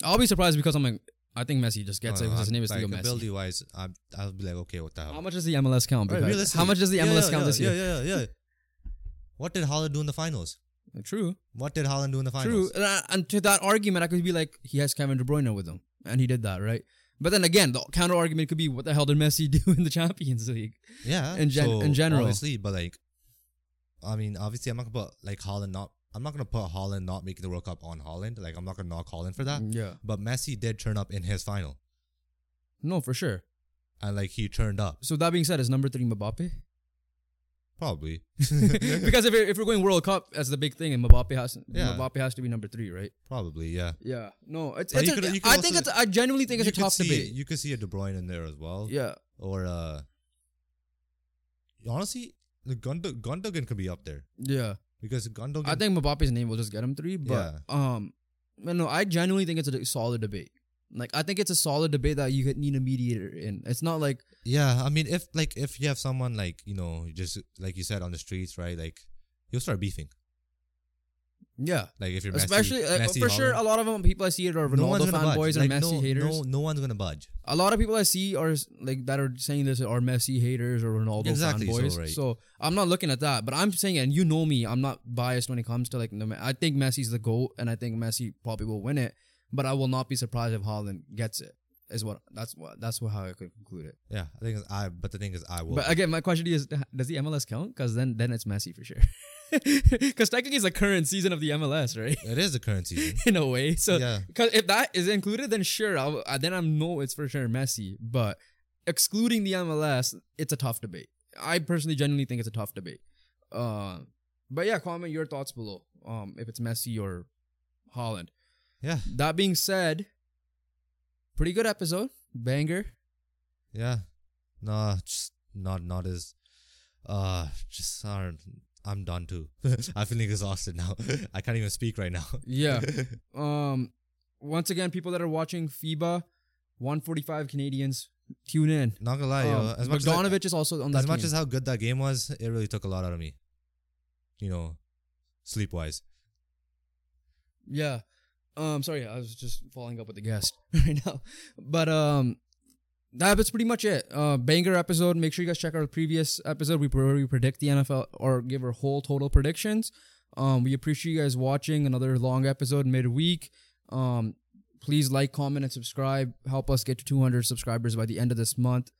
S2: Uh,
S1: I'll be surprised because I'm like I think Messi just gets it because his name is
S2: Oh, like,
S1: Leo Messi.
S2: Ability wise, I'm, I'll be like, okay, what the hell?
S1: How much does the MLS count?
S2: Right,
S1: Because-
S2: realistically-
S1: how much does the
S2: Yeah,
S1: MLS
S2: yeah,
S1: count
S2: yeah,
S1: this year?
S2: Yeah, yeah, yeah. What did Holland do in the finals?
S1: True.
S2: What did Holland do in the
S1: True,
S2: finals?
S1: and, I- and to that argument, I could be like, he has Kevin De Bruyne with him, and he did that, right? But then again, the counter argument could be, what the hell did Messi do in the Champions League?
S2: Yeah.
S1: In gen- in general.
S2: Obviously, but like, I mean, obviously, I'm not gonna put like Holland not. I'm not gonna put Holland not making the World Cup on Holland. Like, I'm not gonna knock Holland for that.
S1: Yeah,
S2: But Messi did turn up in his final,
S1: no, for sure.
S2: and like he turned up
S1: So that being said, is number three Mbappe?
S2: probably.
S1: because if, it- if we're going World Cup, that's the big thing, and Mbappe has
S2: Yeah.
S1: Mbappe has to be number three, right?
S2: probably, yeah.
S1: Yeah, no, it's,
S2: But
S1: it's
S2: you
S1: a-
S2: could- you could
S1: I
S2: also-
S1: think it's I genuinely think it's
S2: you
S1: a tough
S2: could see,
S1: debate.
S2: You could see a De Bruyne in there as well.
S1: yeah,
S2: Or uh, honestly, the Gund- Gundogan could be up there
S1: yeah.
S2: because Gundogan.
S1: I think Mbappe's name will just get him three, but
S2: Yeah.
S1: um, no, no, I genuinely think it's a solid debate. Like I think it's a solid debate that you could need a mediator in. It's not like
S2: Yeah, I mean, if like if you have someone like you know just like you said on the streets, right? Like you'll start beefing.
S1: yeah,
S2: Like if you're
S1: especially
S2: Messi,
S1: uh,
S2: Messi,
S1: for sure. A
S2: Holland,
S1: lot of them people I see it are
S2: no one's
S1: Ronaldo
S2: gonna budge.
S1: fanboys and
S2: Like,
S1: Messi
S2: no,
S1: haters.
S2: No, no one's gonna budge.
S1: A lot of people I see are like that are saying this are Messi haters or Ronaldo
S2: Exactly, so,
S1: fanboys. So,
S2: right.
S1: I'm not looking at that, but I'm saying, and you know me, I'm not biased when it comes to like. No, ma- I think Messi's the goat, and I think Messi probably will win it. But I will not be surprised if Holland gets it. Is what that's what that's what how I could conclude it.
S2: Yeah, I think it's I. But the thing is, I will.
S1: But again, my question is, does the MLS count? Because then then it's messy for sure. Because technically, it's the current season of the MLS, right?
S2: it is the current season.
S1: In a way, so
S2: yeah,
S1: because if that is included, then sure, I'll, uh, then I know it's for sure Messi. But excluding the MLS, it's a tough debate. I personally genuinely think it's a tough debate. Uh, but yeah, comment your thoughts below. Um, if it's Messi or Holland.
S2: yeah,
S1: That being said, pretty good episode, banger.
S2: yeah. No, just not not as. Uh, just aren't. I'm done too. I'm feeling exhausted now. I can't even speak right now.
S1: Yeah. Um, once again, people that are watching FIBA, 145 Canadians, tune in.
S2: Not gonna lie, yo,
S1: Um,
S2: as much as, I-
S1: Bogdanovic is also on that
S2: as much
S1: team.
S2: as how good that game was, it really took a lot out of me. You know, sleep wise.
S1: Yeah. Um, sorry, I was just following up with the guest right now. But um that is pretty much it. Uh banger episode. Make sure you guys check our previous episode. We where we predict the NFL or give our whole total predictions. Um we appreciate you guys watching another long episode midweek. Um please like, comment, and subscribe. Help us get to 200 subscribers by the end of this month.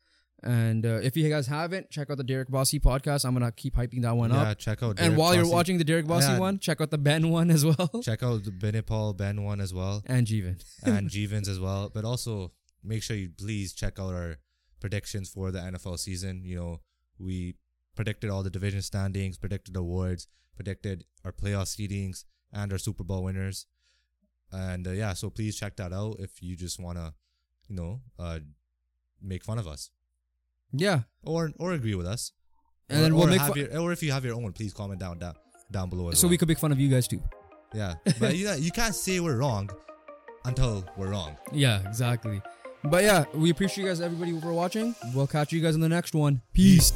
S1: And uh, if you guys haven't, check out the Derek Bossy podcast. I'm gonna keep hyping that one
S2: Yeah,
S1: up.
S2: check out.
S1: And
S2: Derek
S1: while you're
S2: Fossey.
S1: watching the Derek Bossy
S2: Yeah.
S1: one, check out the Ben one as well.
S2: check out the Benipal Ben one as well
S1: and Jeevan.
S2: and Jevens as well. But also make sure you please check out our predictions for the NFL season. You know, we predicted all the division standings, predicted awards, predicted our playoff seedings and our Super Bowl winners. And uh, yeah, so please check that out if you just wanna, you know, uh, make fun of us
S1: Yeah.
S2: or or agree with us.
S1: And
S2: or,
S1: then we'll
S2: or
S1: make
S2: have
S1: fun-
S2: your, or if you have your own, please comment down down down below. As
S1: So
S2: well.
S1: we could make fun of you guys too.
S2: Yeah, but you know, you can't say we're wrong until we're wrong.
S1: Yeah, exactly. But yeah, we appreciate you guys, everybody, for watching. We'll catch you guys in the next one. Peace.